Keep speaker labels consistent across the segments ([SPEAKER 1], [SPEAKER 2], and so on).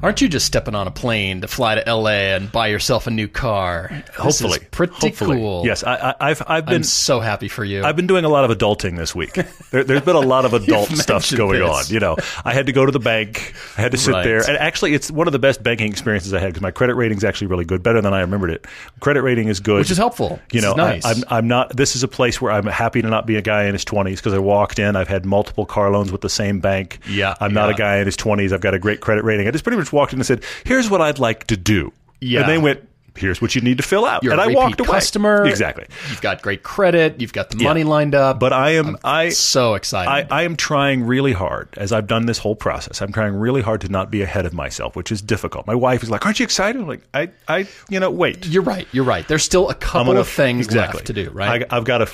[SPEAKER 1] Aren't you just stepping on a plane to fly to LA and buy yourself a new car? This is
[SPEAKER 2] Hopefully,
[SPEAKER 1] pretty
[SPEAKER 2] Hopefully.
[SPEAKER 1] cool.
[SPEAKER 2] Yes, I, I, I've I've been
[SPEAKER 1] I'm so happy for you.
[SPEAKER 2] I've been doing a lot of adulting this week. There, there's been a lot of adult
[SPEAKER 1] You've
[SPEAKER 2] stuff
[SPEAKER 1] mentioned
[SPEAKER 2] going
[SPEAKER 1] this.
[SPEAKER 2] on. You know, I had to go to the bank. I had to sit
[SPEAKER 1] Right.
[SPEAKER 2] there, and actually, it's one of the best banking experiences I had because my credit rating's actually really good, better than I remembered it. Credit rating is good,
[SPEAKER 1] Which is helpful.
[SPEAKER 2] You
[SPEAKER 1] This
[SPEAKER 2] know,
[SPEAKER 1] is nice.
[SPEAKER 2] I, I'm I'm not. This is a place where I'm happy to not be a guy in his 20s because I walked in. I've had multiple car loans with the same bank.
[SPEAKER 1] Yeah,
[SPEAKER 2] I'm not
[SPEAKER 1] yeah.
[SPEAKER 2] a guy in his 20s. I've got a great credit rating. I just pretty much walked in and said, "Here's what I'd like to do."
[SPEAKER 1] Yeah.
[SPEAKER 2] and they went. Here's what you need to fill out,
[SPEAKER 1] You're
[SPEAKER 2] and
[SPEAKER 1] a
[SPEAKER 2] I
[SPEAKER 1] repeat
[SPEAKER 2] walked away.
[SPEAKER 1] customer.
[SPEAKER 2] exactly.
[SPEAKER 1] You've got great credit. You've got the money lined up.
[SPEAKER 2] But I am I
[SPEAKER 1] so excited.
[SPEAKER 2] I, I am trying really hard as I've done this whole process. I'm trying really hard to not be ahead of myself, which is difficult. My wife is like, "Aren't you excited?" I'm like, I, I, you know, wait.
[SPEAKER 1] you're right. You're right. There's still a
[SPEAKER 2] I'm
[SPEAKER 1] couple
[SPEAKER 2] gonna-
[SPEAKER 1] of things
[SPEAKER 2] exactly.
[SPEAKER 1] left to do. Right.
[SPEAKER 2] I, I've got to.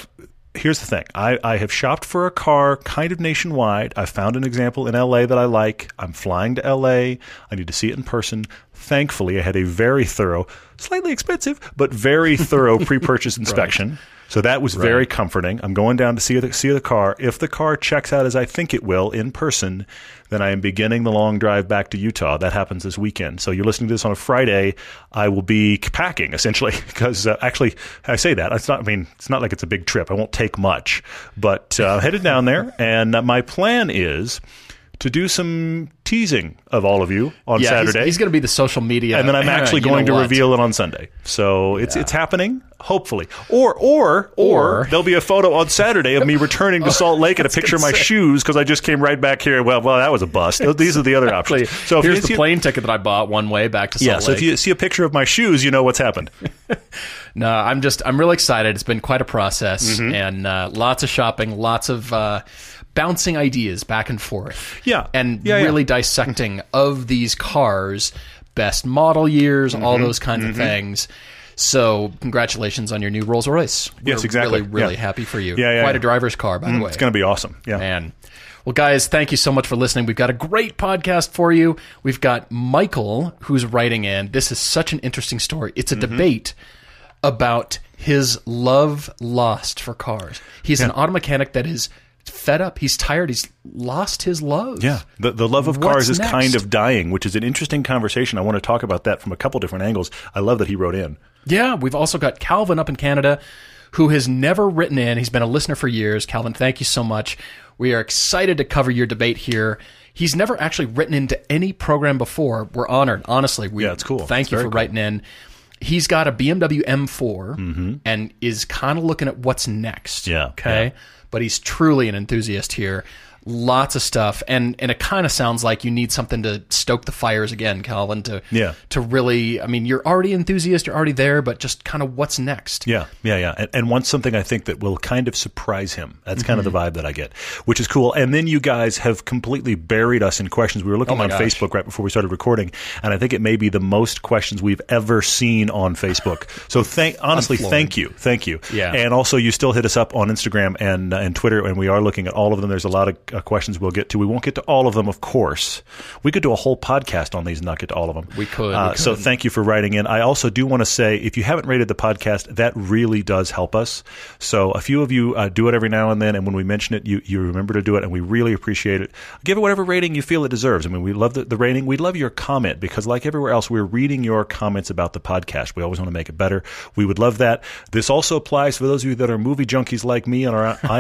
[SPEAKER 2] Here's the thing. I, I have shopped for a car kind of nationwide. I found an example in LA that I like. I'm flying to LA. I need to see it in person. Thankfully, I had a very thorough, slightly expensive, but very thorough pre-purchase inspection. So that was very comforting. I'm going down to see the see the car. If the car checks out as I think it will in person, then I am beginning the long drive back to Utah. That happens this weekend. So you're listening to this on a Friday. I will be packing essentially because uh, actually I say that it's not. I mean it's not like it's a big trip. I won't take much, but uh, headed down there. And uh, my plan is to do some teasing of all of you on
[SPEAKER 1] yeah, he's-
[SPEAKER 2] Saturday
[SPEAKER 1] He's, going to be the social media.
[SPEAKER 2] and then I'm actually
[SPEAKER 1] you know
[SPEAKER 2] going to
[SPEAKER 1] what?
[SPEAKER 2] reveal it on Sunday. So it's it's happening, hopefully. Or or or,
[SPEAKER 1] Or-
[SPEAKER 2] there'll be a photo on Saturday of me returning to Salt Lake and a picture of my shoes because I just came right back here. Well, well, that was a bust. These are the other options. So if
[SPEAKER 1] here's
[SPEAKER 2] you
[SPEAKER 1] the
[SPEAKER 2] see-
[SPEAKER 1] plane ticket that I bought one way back to Salt
[SPEAKER 2] Yeah, so
[SPEAKER 1] Lake.
[SPEAKER 2] if you see a picture of my shoes, you know what's happened.
[SPEAKER 1] no, I'm just I'm really excited. It's been quite a process
[SPEAKER 2] Mm-hmm.
[SPEAKER 1] and uh, lots of shopping, lots of uh, bouncing ideas back and forth.
[SPEAKER 2] Yeah.
[SPEAKER 1] and
[SPEAKER 2] Yeah, yeah.
[SPEAKER 1] really dissecting of these cars, best model years, all
[SPEAKER 2] Mm-hmm.
[SPEAKER 1] those kinds of things. So congratulations on your new Rolls Royce. We're
[SPEAKER 2] Yes, exactly.
[SPEAKER 1] Really, really
[SPEAKER 2] Yeah.
[SPEAKER 1] happy for you.
[SPEAKER 2] Yeah, yeah,
[SPEAKER 1] quite
[SPEAKER 2] yeah. Mm,
[SPEAKER 1] a driver's car, by the way.
[SPEAKER 2] It's going to be awesome. Yeah.
[SPEAKER 1] Man. Well, guys, thank you so much for listening. We've got a great podcast for you. We've got Michael who's writing in. This is such an interesting story. It's
[SPEAKER 2] Mm-hmm.
[SPEAKER 1] a debate about his love lost for cars. He's an auto mechanic that is fed up. He's tired. He's lost his love.
[SPEAKER 2] Yeah, the, the love of
[SPEAKER 1] What's
[SPEAKER 2] cars is kind
[SPEAKER 1] next?
[SPEAKER 2] of dying, which is an interesting conversation. I want to talk about that from a couple different angles. I love that he wrote in.
[SPEAKER 1] Yeah, we've also got Calvin up in Canada who has never written in. He's been a listener for years. Calvin, thank you so much. We are excited to cover your debate here. He's never actually written into any program before. We're honored, honestly. We,
[SPEAKER 2] Yeah, it's cool.
[SPEAKER 1] Thank
[SPEAKER 2] It's
[SPEAKER 1] you for
[SPEAKER 2] very cool.
[SPEAKER 1] writing in. He's got a BMW M4 and is kind of looking at what's next.
[SPEAKER 2] Mm-hmm. Yeah,
[SPEAKER 1] Okay.
[SPEAKER 2] yeah.
[SPEAKER 1] But he's truly an enthusiast here. Lots of stuff, and and it kind of sounds like you need something to stoke the fires again, Calvin. To
[SPEAKER 2] Yeah.
[SPEAKER 1] to really i mean you're already enthusiast you're already there but just kind of what's next
[SPEAKER 2] Yeah, yeah, yeah. And, and wants something I think that will kind of surprise him. That's kind
[SPEAKER 1] Mm-hmm.
[SPEAKER 2] of the vibe that I get, which is cool. And then you guys have completely buried us in questions. We were looking on
[SPEAKER 1] Oh gosh.
[SPEAKER 2] Facebook right before we started recording, and I think it may be the most questions we've ever seen on Facebook. So thank, honestly,
[SPEAKER 1] floored.
[SPEAKER 2] thank you, thank you.
[SPEAKER 1] Yeah.
[SPEAKER 2] And also, you still hit us up on Instagram and uh, and Twitter, and we are looking at all of them. There's a lot of uh, questions we'll get to. We won't get to all of them, of course. We could do a whole podcast on these and not get to all of them.
[SPEAKER 1] We could, we
[SPEAKER 2] Uh, So
[SPEAKER 1] could.
[SPEAKER 2] thank you for writing in. I also do want to say if you haven't rated the podcast, that really does help us. So a few of you uh, do it every now and then, and when we mention it, you you remember to do it, and we really appreciate it. Give it whatever rating you feel it deserves. I mean, we love the, the rating. We love your comment because, like everywhere else, we're reading your comments about the podcast. We always want to make it better. We would love that. This also applies for those of you that are movie junkies like me and are on
[SPEAKER 1] just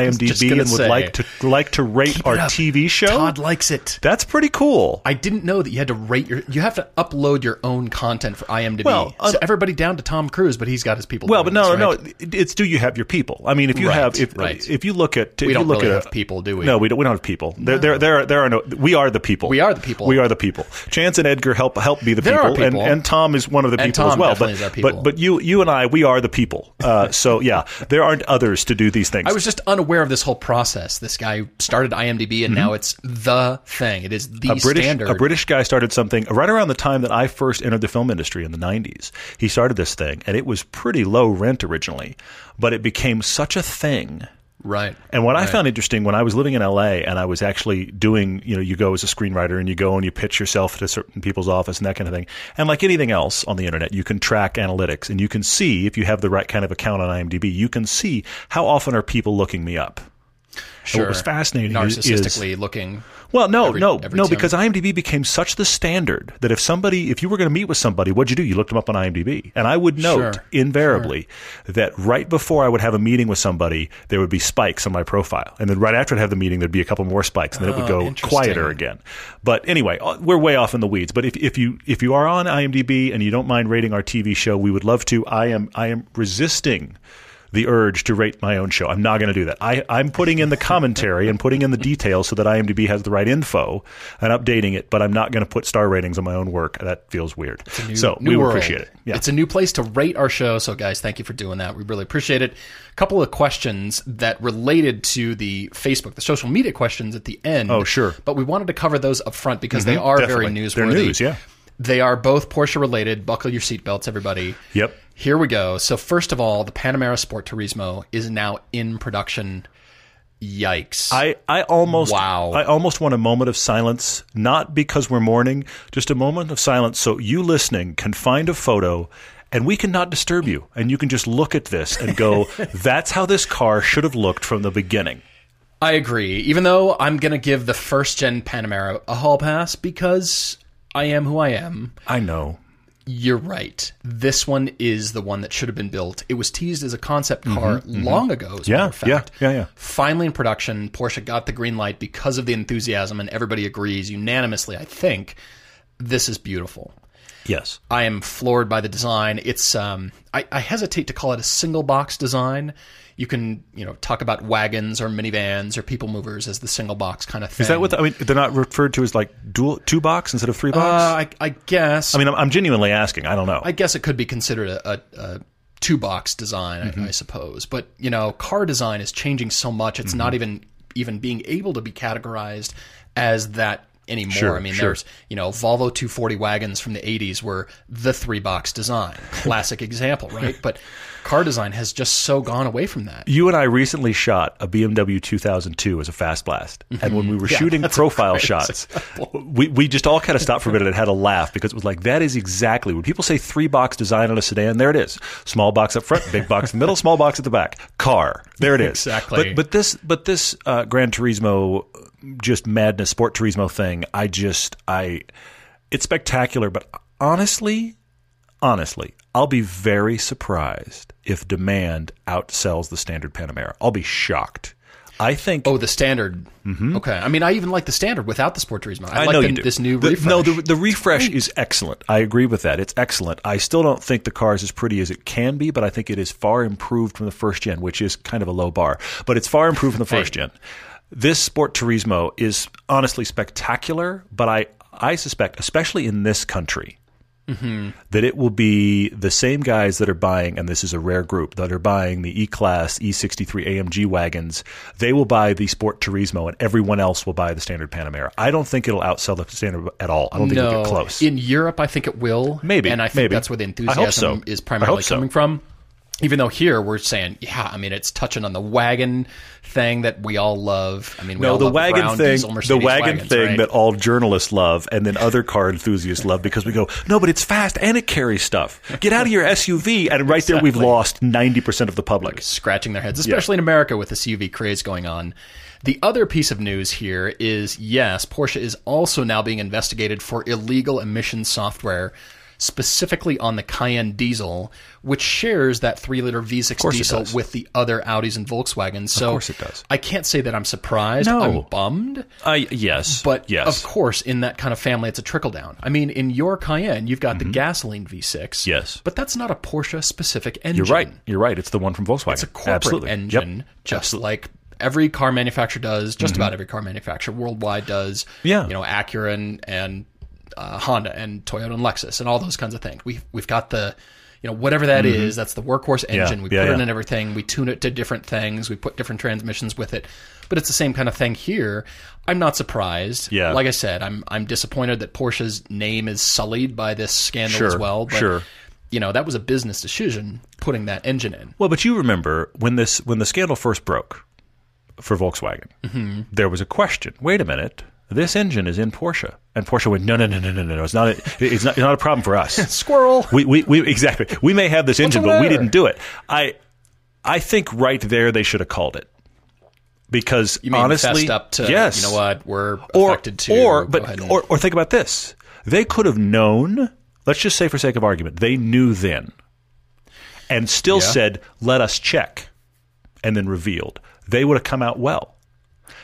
[SPEAKER 2] IMDb
[SPEAKER 1] gonna
[SPEAKER 2] and would
[SPEAKER 1] say,
[SPEAKER 2] like to like to rate our
[SPEAKER 1] up.
[SPEAKER 2] TV show.
[SPEAKER 1] todd likes it
[SPEAKER 2] that's pretty cool.
[SPEAKER 1] i didn't know that you had to rate your you have to upload your own content for imdb
[SPEAKER 2] Well, uh,
[SPEAKER 1] so everybody down to tom cruise but he's got his people
[SPEAKER 2] Well, but
[SPEAKER 1] doing
[SPEAKER 2] no,
[SPEAKER 1] this,
[SPEAKER 2] no,
[SPEAKER 1] right?
[SPEAKER 2] no. it- It's do you have your people? I mean, if you
[SPEAKER 1] Right,
[SPEAKER 2] have, if
[SPEAKER 1] right.
[SPEAKER 2] if you look at, if
[SPEAKER 1] we
[SPEAKER 2] you
[SPEAKER 1] don't
[SPEAKER 2] look
[SPEAKER 1] really
[SPEAKER 2] at
[SPEAKER 1] have people do we
[SPEAKER 2] No, we don't. We don't have people. There, there, there are, there are no. We are the people.
[SPEAKER 1] We are the people.
[SPEAKER 2] We are the people. Chance and Edgar help help be the
[SPEAKER 1] There
[SPEAKER 2] people,
[SPEAKER 1] are people.
[SPEAKER 2] and and Tom is one of the
[SPEAKER 1] And
[SPEAKER 2] people
[SPEAKER 1] Tom
[SPEAKER 2] as well.
[SPEAKER 1] definitely
[SPEAKER 2] but
[SPEAKER 1] is our people.
[SPEAKER 2] but but you you and I we are the people. Uh, so yeah, there aren't others to do these things.
[SPEAKER 1] I was just unaware of this whole process. This guy started IMDb, and now it's the thing. It is the
[SPEAKER 2] Mm-hmm. a British
[SPEAKER 1] standard.
[SPEAKER 2] a British guy started something right around the time that I first entered the film industry in the 90s. He started this thing and it was pretty low rent originally, but it became such a thing
[SPEAKER 1] Right.
[SPEAKER 2] And what I
[SPEAKER 1] Right.
[SPEAKER 2] found interesting when I was living in LA and I was actually doing, you know, you go as a screenwriter and you go and you pitch yourself to certain people's office and that kind of thing. And like anything else on the internet, you can track analytics and you can see if you have the right kind of account on IMDb, you can see how often are people looking me up.
[SPEAKER 1] Sure.
[SPEAKER 2] was fascinating is- is-
[SPEAKER 1] narcissistically looking.
[SPEAKER 2] Well, no,
[SPEAKER 1] Every-
[SPEAKER 2] no,
[SPEAKER 1] every
[SPEAKER 2] no,
[SPEAKER 1] time.
[SPEAKER 2] because IMDb became such the standard that if somebody, if you were going to meet with somebody, what'd you do? You looked them up on IMDb. And I would note
[SPEAKER 1] Sure,
[SPEAKER 2] invariably that right before I would have a meeting with somebody, there would be spikes on my profile. And then right after I'd have the meeting, there'd be a couple more spikes and then it would go
[SPEAKER 1] interesting.
[SPEAKER 2] quieter again. But anyway, uh, we're way off in the weeds. But if, if you, if you are on IMDb and you don't mind rating our TV show, we would love to. I am, I am resisting the urge to rate my own show. I'm not going to do that. I, I'm putting in the commentary and putting in the details so that IMDb has the right info and updating it, but I'm not going to put star ratings on my own work. That feels weird. so
[SPEAKER 1] New
[SPEAKER 2] we will
[SPEAKER 1] world.
[SPEAKER 2] appreciate it. Yeah.
[SPEAKER 1] It's a new place to rate our show. So, guys, thank you for doing that. We really appreciate it. A couple of questions that related to the Facebook, the social media questions at the end.
[SPEAKER 2] Oh, sure. Mm-hmm.
[SPEAKER 1] But we wanted to cover those up front because they are very
[SPEAKER 2] definitely.
[SPEAKER 1] newsworthy.
[SPEAKER 2] They're news, yeah.
[SPEAKER 1] They are both Porsche related. Buckle your seatbelts, everybody.
[SPEAKER 2] Yep.
[SPEAKER 1] Here we go. So, first of all, the Panamera Sport Turismo is now in production. Yikes.
[SPEAKER 2] I, I almost
[SPEAKER 1] Wow.
[SPEAKER 2] I almost want a moment of silence, not because we're mourning, just a moment of silence so you listening can find a photo and we cannot disturb you. And you can just look at this and go, that's how this car should have looked from the beginning.
[SPEAKER 1] I agree. Even though I'm going to give the first gen Panamera a hall pass because I am who I am.
[SPEAKER 2] I know.
[SPEAKER 1] You're right. This one is the one that should have been built. It was teased as a concept car long ago. As a
[SPEAKER 2] Mm-hmm, Yeah,
[SPEAKER 1] matter of fact.
[SPEAKER 2] yeah, yeah, yeah.
[SPEAKER 1] Finally in production, Porsche got the green light because of the enthusiasm, and everybody agrees unanimously. I think this is beautiful.
[SPEAKER 2] Yes.
[SPEAKER 1] I am floored by the design. It's um, I, I hesitate to call it a single box design. You can you know talk about wagons or minivans or people movers as the single box kind of thing.
[SPEAKER 2] Is that what the, I mean? They're not referred to as like dual two box instead of three box.
[SPEAKER 1] Uh, I, I guess.
[SPEAKER 2] I mean, I'm, I'm genuinely asking. I don't know.
[SPEAKER 1] I guess it could be considered a, a, a two box design,
[SPEAKER 2] Mm-hmm.
[SPEAKER 1] I, I suppose. But you know, car design is changing so much; it's
[SPEAKER 2] Mm-hmm.
[SPEAKER 1] not even even being able to be categorized as that anymore.
[SPEAKER 2] Sure,
[SPEAKER 1] I mean,
[SPEAKER 2] sure.
[SPEAKER 1] there's you know, Volvo 240 wagons from the 80s were the three box design, classic example, right? But car design has just so gone away from that.
[SPEAKER 2] you and I recently shot a BMW 2002 as a fast blast, and when we were shooting profile shots, we, we just all kind of stopped for a minute and had a laugh because it was like that is exactly when people say three box design on a sedan. There it is: small box up front, big box in the middle, small box at the back. Car. There it is.
[SPEAKER 1] Exactly.
[SPEAKER 2] But, but this, but this uh, Gran Turismo, just madness, Sport Turismo thing. I just, I, it's spectacular. But honestly, honestly, I'll be very surprised if demand outsells the standard Panamera. I'll be shocked. I think.
[SPEAKER 1] Oh, the standard. Okay, I mean, I even like the standard without the Sport Turismo. I,
[SPEAKER 2] Mm-hmm. I
[SPEAKER 1] like
[SPEAKER 2] know
[SPEAKER 1] the-
[SPEAKER 2] you do.
[SPEAKER 1] this new
[SPEAKER 2] the,
[SPEAKER 1] refresh.
[SPEAKER 2] No, the, the refresh is excellent. I agree with that. It's excellent. I still don't think the car is as pretty as it can be, but I think it is far improved from the first gen, which is kind of a low bar. But it's far improved from the first gen. This Sport Turismo is honestly spectacular, but I, I suspect, especially in this country, that it will be the same guys that are buying, and this is a rare group that are buying the E Class E63 AMG wagons. They will buy the Sport Turismo, and everyone else will buy the standard Panamera. I don't think it'll outsell the standard at all. I don't think it'll get close.
[SPEAKER 1] In Europe, I think it will.
[SPEAKER 2] Maybe,
[SPEAKER 1] And I think
[SPEAKER 2] maybe.
[SPEAKER 1] that's where the
[SPEAKER 2] I hope
[SPEAKER 1] enthusiasm
[SPEAKER 2] so.
[SPEAKER 1] is
[SPEAKER 2] I
[SPEAKER 1] primarily
[SPEAKER 2] hope so.
[SPEAKER 1] coming from. Even though here we're saying, yeah, I mean, it's touching on the wagon thing that we all love. I mean, we all
[SPEAKER 2] no, the
[SPEAKER 1] love
[SPEAKER 2] wagon
[SPEAKER 1] brown
[SPEAKER 2] thing,
[SPEAKER 1] diesel
[SPEAKER 2] the
[SPEAKER 1] Mercedes
[SPEAKER 2] wagon
[SPEAKER 1] wagons,
[SPEAKER 2] thing
[SPEAKER 1] right?
[SPEAKER 2] that all journalists love, and then other car enthusiasts love because we go, no, but it's fast and it carries stuff. Get out of your SUV, and right there we've lost ninety percent of the public.
[SPEAKER 1] scratching their heads, especially in America with this UV craze going on. The other piece of news here is yes, Porsche is also now being investigated for illegal emission software, specifically on the Cayenne diesel, which shares that 3 liter V6
[SPEAKER 2] it
[SPEAKER 1] diesel
[SPEAKER 2] does.
[SPEAKER 1] with the other Audis and Volkswagens. So of
[SPEAKER 2] course it does.
[SPEAKER 1] I can't say that I'm surprised.
[SPEAKER 2] No.
[SPEAKER 1] I'm bummed.
[SPEAKER 2] I yes,
[SPEAKER 1] But
[SPEAKER 2] yes,
[SPEAKER 1] of course, in that kind of family, it's a trickle down. I mean, in your Cayenne, you've got the gasoline V6.
[SPEAKER 2] Mm-hmm. Yes.
[SPEAKER 1] But that's not a Porsche specific engine
[SPEAKER 2] You're right. You're right. It's the one from Volkswagen.
[SPEAKER 1] it's a corporate
[SPEAKER 2] Absolutely. Yep.
[SPEAKER 1] engine, just like every car manufacturer does. Just about every car manufacturer worldwide does.
[SPEAKER 2] Mm-hmm. Yeah.
[SPEAKER 1] you know, Acura and, and uh, Honda and Toyota and Lexus and all those kinds of things. We've we've got the you know whatever that is. That's the workhorse engine. We
[SPEAKER 2] Mm-hmm. Yeah,
[SPEAKER 1] put it
[SPEAKER 2] yeah.
[SPEAKER 1] in everything. We tune it to different things. We put different transmissions with it. But it's the same kind of thing here. I'm not surprised.
[SPEAKER 2] Yeah.
[SPEAKER 1] Like I said, I'm I'm disappointed that Porsche's name is sullied by this scandal as
[SPEAKER 2] Sure,
[SPEAKER 1] well. But,
[SPEAKER 2] sure.
[SPEAKER 1] You know, that was a business decision putting that engine in.
[SPEAKER 2] Well, but you remember when this when the scandal first broke, for Volkswagen,
[SPEAKER 1] Mm-hmm.
[SPEAKER 2] there was a question. Wait a minute. This engine is in Porsche, and Porsche went, no, no, no, no, no, no, no. It's not. A, it's not. It's not a problem for us.
[SPEAKER 1] Squirrel.
[SPEAKER 2] we, we, we exactly. We may have this engine,
[SPEAKER 1] the
[SPEAKER 2] but we
[SPEAKER 1] matter?
[SPEAKER 2] didn't do it. I, I think right there they should have called it, because
[SPEAKER 1] You mean
[SPEAKER 2] honestly,
[SPEAKER 1] fessed up to,
[SPEAKER 2] yes,
[SPEAKER 1] you know what, we're
[SPEAKER 2] or,
[SPEAKER 1] affected to.
[SPEAKER 2] Or,
[SPEAKER 1] go
[SPEAKER 2] but,
[SPEAKER 1] ahead and-
[SPEAKER 2] or, or think about this. They could have known, let's just say for sake of argument, they knew then and still
[SPEAKER 1] Yeah.
[SPEAKER 2] said, let us check, and then revealed. They would have come out well.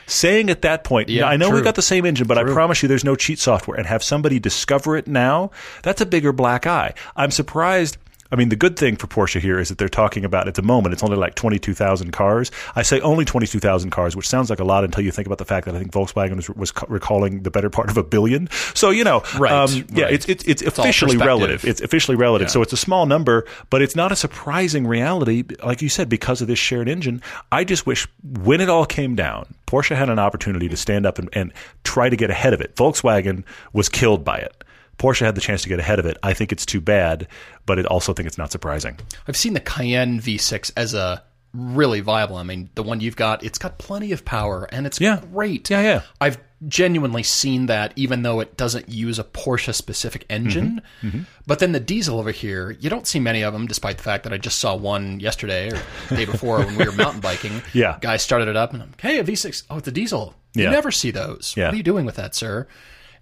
[SPEAKER 2] Saying at that point,
[SPEAKER 1] Yeah,
[SPEAKER 2] I know
[SPEAKER 1] true.
[SPEAKER 2] we've got the same engine, but I promise you there's no cheat software, and have somebody discover it now, that's a bigger black eye. I'm surprised. I mean, the good thing for Porsche here is that they're talking about at the moment, it's only like 22,000 cars. I say only 22,000 cars, which sounds like a lot until you think about the fact that I think Volkswagen was, was ca- recalling the better part of a billion. So, you know, um,
[SPEAKER 1] Right,
[SPEAKER 2] yeah,
[SPEAKER 1] right.
[SPEAKER 2] it's, it's, it's
[SPEAKER 1] all
[SPEAKER 2] officially
[SPEAKER 1] perspective.
[SPEAKER 2] relative. It's officially relative. So it's a small number, but it's not a surprising reality, like you said, because of this shared engine. I just wish when it all came down, Porsche had an opportunity to stand up and, and try to get ahead of it. Volkswagen was killed by it. Porsche had the chance to get ahead of it. I think it's too bad, but I also think it's not surprising.
[SPEAKER 1] I've seen the Cayenne V6 as a really viable. I mean, the one you've got, it's got plenty of power and it's
[SPEAKER 2] Yeah.
[SPEAKER 1] great.
[SPEAKER 2] Yeah, yeah.
[SPEAKER 1] I've genuinely seen that, even though it doesn't use a Porsche specific engine.
[SPEAKER 2] Mm-hmm.
[SPEAKER 1] But then the diesel over here, you don't see many of them, despite the fact that I just saw one yesterday or the day before when we were mountain biking.
[SPEAKER 2] Yeah.
[SPEAKER 1] Guy started it up and I'm, hey, a V6. Oh, it's a diesel. You
[SPEAKER 2] Yeah.
[SPEAKER 1] never see those.
[SPEAKER 2] Yeah. Mm-hmm.
[SPEAKER 1] What are you doing with that, sir?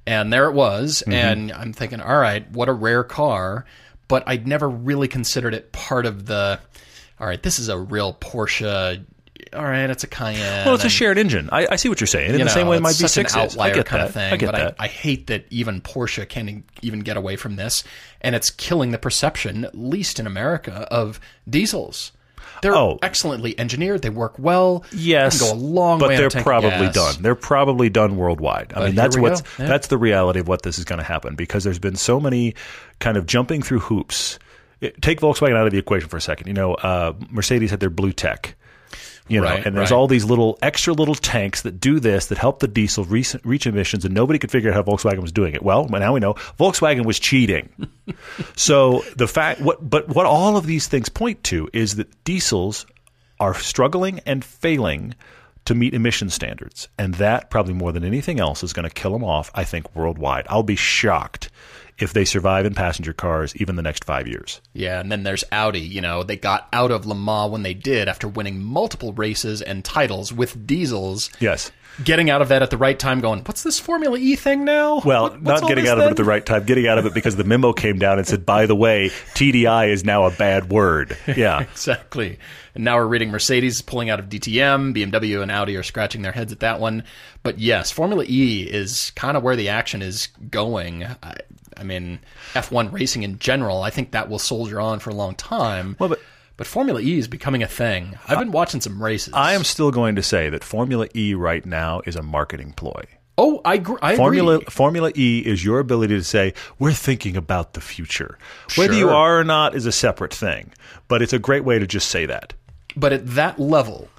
[SPEAKER 1] And there it was. And I'm thinking, all right, what a rare car. But I'd never really considered it part of the, all right, this is a real Porsche. All right, it's a Cayenne.
[SPEAKER 2] Well, it's a
[SPEAKER 1] and,
[SPEAKER 2] shared engine. I, I see what you're saying. In
[SPEAKER 1] you
[SPEAKER 2] the same
[SPEAKER 1] know,
[SPEAKER 2] way, my
[SPEAKER 1] it's such
[SPEAKER 2] V6
[SPEAKER 1] an outlier
[SPEAKER 2] is. I get
[SPEAKER 1] kind
[SPEAKER 2] that.
[SPEAKER 1] of thing.
[SPEAKER 2] I get
[SPEAKER 1] but
[SPEAKER 2] that.
[SPEAKER 1] I, I hate that even Porsche can't e, even get away from this. And it's killing the perception, at least in America, of diesels. They're
[SPEAKER 2] Oh.
[SPEAKER 1] excellently engineered. They work well. You
[SPEAKER 2] Yes,
[SPEAKER 1] can go a long
[SPEAKER 2] but
[SPEAKER 1] way on a
[SPEAKER 2] they're
[SPEAKER 1] tank of
[SPEAKER 2] probably
[SPEAKER 1] gas.
[SPEAKER 2] done. They're probably done worldwide. I mean,
[SPEAKER 1] here
[SPEAKER 2] that's
[SPEAKER 1] we
[SPEAKER 2] what's
[SPEAKER 1] go. Yeah.
[SPEAKER 2] that's the reality of what this is going to happen because there's been so many kind of jumping through hoops. It- take Volkswagen out of the equation for a second. You know, uh, Mercedes had their Blue Tech. You know,
[SPEAKER 1] Right,
[SPEAKER 2] and there's
[SPEAKER 1] right.
[SPEAKER 2] all these little extra little tanks that do this that help the diesel re- reach emissions, and nobody could figure out how Volkswagen was doing it. Well, now we know Volkswagen was cheating. So the fact, what, but what all of these things point to is that diesels are struggling and failing to meet emission standards, and that probably more than anything else is going to kill them off. I think worldwide, I'll be shocked if they survive in passenger cars even the next five years.
[SPEAKER 1] Yeah, and then there's Audi. You know, they got out of Le Mans when they did after winning multiple races and titles with diesels.
[SPEAKER 2] Yes.
[SPEAKER 1] Getting out of that at the right time, going, what's this Formula E thing now?
[SPEAKER 2] Well,
[SPEAKER 1] What- what's
[SPEAKER 2] not
[SPEAKER 1] all
[SPEAKER 2] getting
[SPEAKER 1] this
[SPEAKER 2] out of it at
[SPEAKER 1] then?"
[SPEAKER 2] the right time, getting out of it because the memo came down and said, by the way, TDI is now a bad word. Yeah.
[SPEAKER 1] Exactly. And now we're reading Mercedes is pulling out of DTM, BMW and Audi are scratching their heads at that one. But yes, Formula E is kind of where the action is going. I, I mean, F1 racing in general, I think that will soldier on for a long time.
[SPEAKER 2] Well, but-
[SPEAKER 1] but Formula E is becoming a thing. I've been watching some races.
[SPEAKER 2] I am still going to say that Formula E right now is a marketing ploy.
[SPEAKER 1] Oh, I, gr- I
[SPEAKER 2] Formula
[SPEAKER 1] agree.
[SPEAKER 2] Formula E is your ability to say we're thinking about the future. Whether you
[SPEAKER 1] Sure.
[SPEAKER 2] are or not is a separate thing, but it's a great way to just say that.
[SPEAKER 1] But at that level,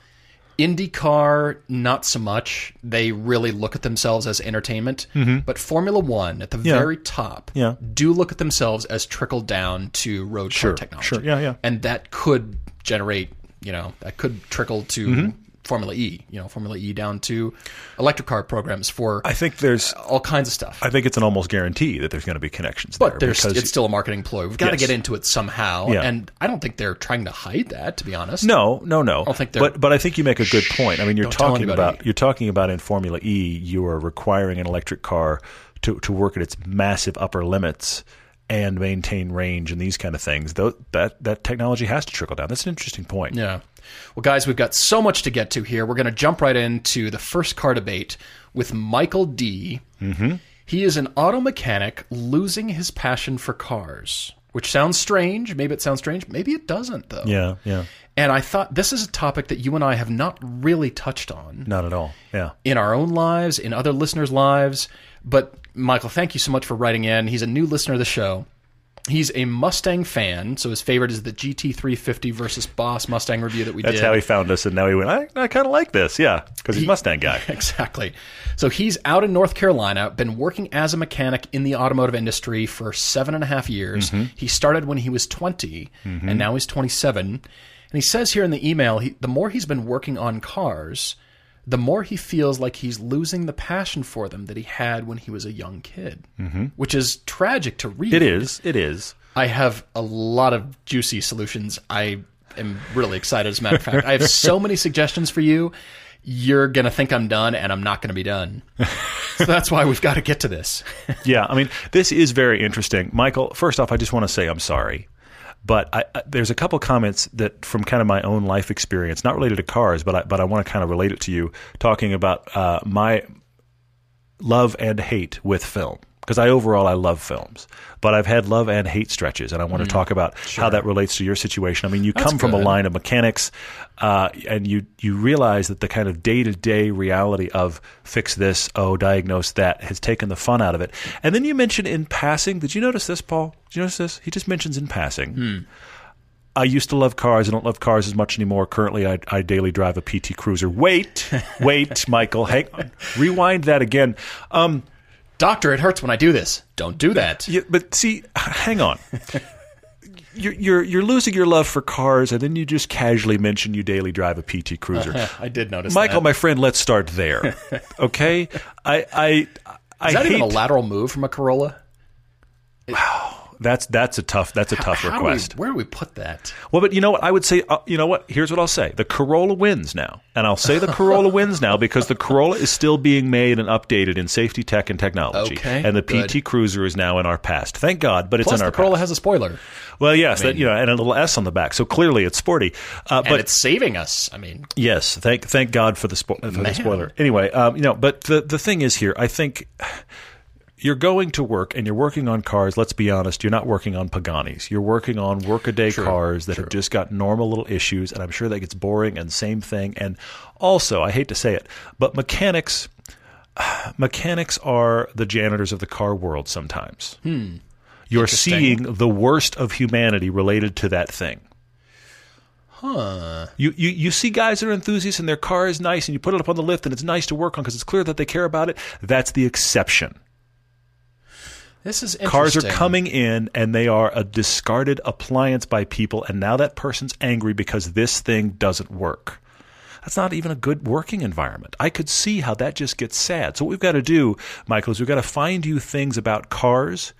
[SPEAKER 1] IndyCar, not so much. They really look at themselves as entertainment. But Formula One, at the very top,
[SPEAKER 2] Mm-hmm. Yeah.
[SPEAKER 1] do look at themselves as trickle down to road car technology.
[SPEAKER 2] sure. Yeah, yeah.
[SPEAKER 1] And that could generate, you know, that could trickle to
[SPEAKER 2] Mm-hmm.
[SPEAKER 1] Formula E, you know, Formula E down to electric car programs for
[SPEAKER 2] I think there's
[SPEAKER 1] all kinds of stuff.
[SPEAKER 2] I think it's an almost guarantee that there's going to be connections
[SPEAKER 1] but
[SPEAKER 2] there
[SPEAKER 1] there's, it's still a marketing ploy. We've got
[SPEAKER 2] Yes.
[SPEAKER 1] to get into it somehow.
[SPEAKER 2] Yeah.
[SPEAKER 1] And I don't think they're trying to hide that, to be honest.
[SPEAKER 2] No, no, no.
[SPEAKER 1] don't think they're-
[SPEAKER 2] but but I think you make a good point. I mean, you're
[SPEAKER 1] Don't tell
[SPEAKER 2] talking
[SPEAKER 1] anybody.
[SPEAKER 2] about you're talking about in Formula E, you are requiring an electric car to to work at its massive upper limits and maintain range and these kind of things. Though that that technology has to trickle down. That's an interesting point.
[SPEAKER 1] Yeah. Well, guys, we've got so much to get to here. We're going to jump right into the first car debate with Michael D. Mm-hmm. He is an auto mechanic losing his passion for cars, which sounds strange. Maybe it sounds strange. Maybe it doesn't, though.
[SPEAKER 2] Yeah, yeah.
[SPEAKER 1] And I thought this is a topic that you and I have not really touched on
[SPEAKER 2] Not at all. Yeah.
[SPEAKER 1] in our own lives, in other listeners' lives. But Michael, thank you so much for writing in. He's a new listener of the show. He's a Mustang fan, so his favorite is the GT350 versus Boss Mustang review that we
[SPEAKER 2] That's
[SPEAKER 1] did.
[SPEAKER 2] how he found us, and now he went. I, I kind of like this, yeah, because he's a Mustang guy.
[SPEAKER 1] Exactly. So he's out in North Carolina, been working as a mechanic in the automotive industry for seven and a half years.
[SPEAKER 2] Mm-hmm.
[SPEAKER 1] He started when he was 20, and now he's 27. And he says here in the email he, the more he's been working on cars, the more he feels like he's losing the passion for them that he had when he was a young kid, mm-hmm. which is tragic to read.
[SPEAKER 2] It is. It is.
[SPEAKER 1] I have a lot of juicy solutions. I am really excited. As a matter of fact, I have so many suggestions for you. You're going to think I'm done, and I'm not going to be done. so that's why we've got to get to this.
[SPEAKER 2] Yeah. I mean, this is very interesting. Michael, first off, I just want to say I'm sorry. But I, I, there's a couple comments that from kind of my own life experience, not related to cars, but I, but I want to kind of relate it to you, talking about uh, my love and hate with film because I overall I love films, but I've had love and hate stretches, and I want to talk about how that relates to your situation. I mean, you come from a
[SPEAKER 1] good.
[SPEAKER 2] line of mechanics, uh, and you you realize that the kind of day to day reality of fix this, oh, diagnose that has taken the fun out of it. And then you mention in passing. Did you notice this, Paul? Did you notice this? He just mentions in passing. I used to love cars. I don't love cars as much anymore. Currently, I, I daily drive a PT Cruiser. Wait, wait, Michael, hang, rewind that again. Um,
[SPEAKER 1] Doctor, it hurts when I do this. Don't do that.
[SPEAKER 2] yeah, but see, hang on. You're, you're you're losing your love for cars, and then you just casually mention you daily drive a PT Cruiser.
[SPEAKER 1] I did notice
[SPEAKER 2] Michael,
[SPEAKER 1] that.
[SPEAKER 2] my friend, let's start there. Okay, I I I
[SPEAKER 1] Is that
[SPEAKER 2] hate
[SPEAKER 1] even a lateral move from a Corolla?
[SPEAKER 2] that's that's a tough that's a tough
[SPEAKER 1] How do we-
[SPEAKER 2] request.
[SPEAKER 1] where do we put that?
[SPEAKER 2] Well, but you know what? I would say, uh, you know what? Here's what I'll say. The Corolla wins now. And I'll say the Corolla wins now because the Corolla is still being made and updated in safety tech and technology.
[SPEAKER 1] Okay,
[SPEAKER 2] and the
[SPEAKER 1] good.
[SPEAKER 2] PT Cruiser is now in our past. Thank God, but it's
[SPEAKER 1] Plus,
[SPEAKER 2] in our
[SPEAKER 1] the Corolla
[SPEAKER 2] past.
[SPEAKER 1] has a spoiler,
[SPEAKER 2] Well, yes, that, you know, and a little S on the back. So clearly it's sporty. Uh,
[SPEAKER 1] but
[SPEAKER 2] but
[SPEAKER 1] it's saving us. I mean,
[SPEAKER 2] Yes, thank thank God for the, spo- for the
[SPEAKER 1] Man.
[SPEAKER 2] spoiler. Anyway, um, you know, but the the thing is here, I think you're going to work and you're working on cars. Let's be honest, you're not working on Paganis. You're working on workaday cars that have just got normal little issues, and I'm sure that gets boring and same thing. And also, I hate to say it, but mechanics mechanics are the janitors of the car world sometimes. You're seeing the worst of humanity related to that thing.
[SPEAKER 1] huh?
[SPEAKER 2] You, you you see guys that are enthusiasts and their car is nice and you put it up on the lift and it's nice to work on because it's clear that they care about it. That's the exception.
[SPEAKER 1] This is
[SPEAKER 2] Cars are
[SPEAKER 1] interesting.
[SPEAKER 2] coming in and they are a discarded appliance by people and now that person's angry because this thing doesn't work. That's not even a good working environment. I could see how that just gets sad. So what we've got to do, Michael, is we've got to find you things about cars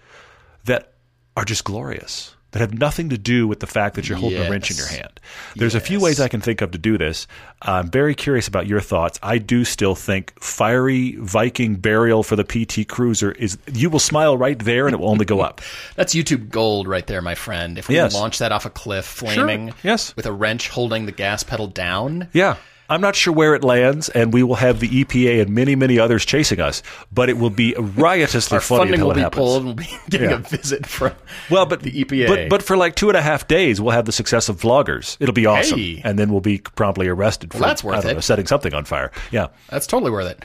[SPEAKER 2] that are just glorious, that have nothing to do with the fact that you're holding a wrench in your
[SPEAKER 1] Yes.
[SPEAKER 2] hand. There's a few ways I can think of to do this. I'm very curious about your thoughts. I do still think fiery Viking burial for the PT Cruiser is, you will smile right there and it will only go up.
[SPEAKER 1] That's YouTube gold right there, my friend. If we
[SPEAKER 2] Yes.
[SPEAKER 1] launch that off a cliff, flaming,
[SPEAKER 2] Yes.
[SPEAKER 1] with a wrench holding the gas pedal down,
[SPEAKER 2] Yeah. I'm not sure where it lands, and we will have the EPA and many, many others chasing us, but it will be riotously
[SPEAKER 1] our
[SPEAKER 2] funny
[SPEAKER 1] funding
[SPEAKER 2] until
[SPEAKER 1] will
[SPEAKER 2] it
[SPEAKER 1] be
[SPEAKER 2] happens.
[SPEAKER 1] pulled. We'll be getting
[SPEAKER 2] Yeah.
[SPEAKER 1] a visit from
[SPEAKER 2] Well, but
[SPEAKER 1] the E EPA.
[SPEAKER 2] But, but for like two and a half days, we'll have the success of vloggers. It'll be awesome,
[SPEAKER 1] Hey.
[SPEAKER 2] and then we'll be promptly arrested for
[SPEAKER 1] that's worth
[SPEAKER 2] I don't
[SPEAKER 1] it.
[SPEAKER 2] know, setting something on fire. Yeah,
[SPEAKER 1] That's totally worth it.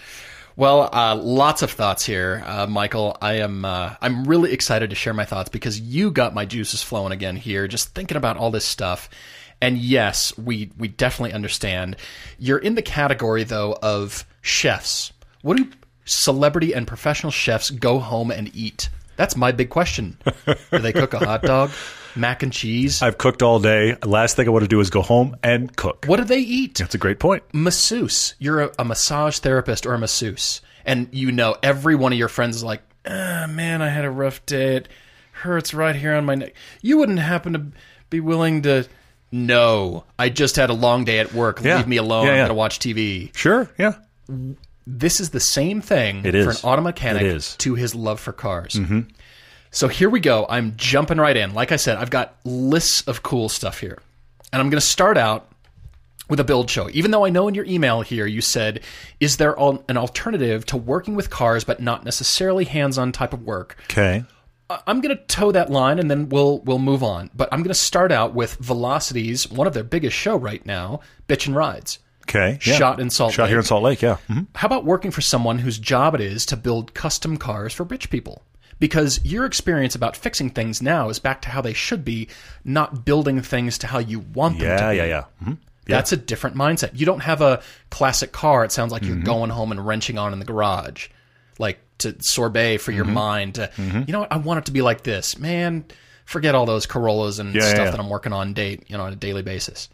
[SPEAKER 1] Well, uh, lots of thoughts here, uh, Michael. I am uh, I'm really excited to share my thoughts because you got my juices flowing again here, just thinking about all this stuff. And yes, we we definitely understand. You're in the category though of chefs. What do celebrity and professional chefs go home and eat? That's my big question. Do they cook a hot dog, mac and cheese?
[SPEAKER 2] I've cooked all day. Last thing I want to do is go home and cook.
[SPEAKER 1] What do they eat?
[SPEAKER 2] That's a great point.
[SPEAKER 1] masseuse. You're a, a massage therapist or a masseuse, and you know every one of your friends is like, ah, "Man, I had a rough day. It hurts right here on my neck." You wouldn't happen to be willing to? No, I just had a long day at work.
[SPEAKER 2] Yeah.
[SPEAKER 1] Leave me alone.
[SPEAKER 2] Yeah,
[SPEAKER 1] I'm
[SPEAKER 2] yeah.
[SPEAKER 1] gonna watch TV.
[SPEAKER 2] Sure. Yeah.
[SPEAKER 1] This is the same thing
[SPEAKER 2] It
[SPEAKER 1] for
[SPEAKER 2] is.
[SPEAKER 1] an auto mechanic
[SPEAKER 2] It is. Mm-hmm.
[SPEAKER 1] to his love for cars. So here we go. I'm jumping right in. Like I said, I've got lists of cool stuff here. And I'm going to start out with a build show. Even though I know in your email here you said, is there al- an alternative to working with cars but not necessarily hands-on type of work?
[SPEAKER 2] Okay.
[SPEAKER 1] I- I'm going to toe that line and then we'll we'll move on. But I'm going to start out with Velocity's one of their biggest show right now, Bitch and Rides.
[SPEAKER 2] Okay. Yeah.
[SPEAKER 1] Shot in Salt
[SPEAKER 2] Shot
[SPEAKER 1] Lake.
[SPEAKER 2] here in Salt Lake. Yeah. Mhm.
[SPEAKER 1] How about working for someone whose job it is to build custom cars for rich people? Because your experience about fixing things now is back to how they should be, not building things to how you want them to
[SPEAKER 2] Yeah.
[SPEAKER 1] be.
[SPEAKER 2] Yeah. Yeah. Mhm.
[SPEAKER 1] That's a different mindset. You don't have a classic car. It sounds like you're
[SPEAKER 2] Mm-hmm.
[SPEAKER 1] going home and wrenching on in the garage, like to sorbet for your
[SPEAKER 2] Mm-hmm.
[SPEAKER 1] mind. To, You know what? I want it to be like this, man. Forget all those Corollas and
[SPEAKER 2] yeah,
[SPEAKER 1] stuff
[SPEAKER 2] yeah.
[SPEAKER 1] that I'm working on date, you know, on a daily basis.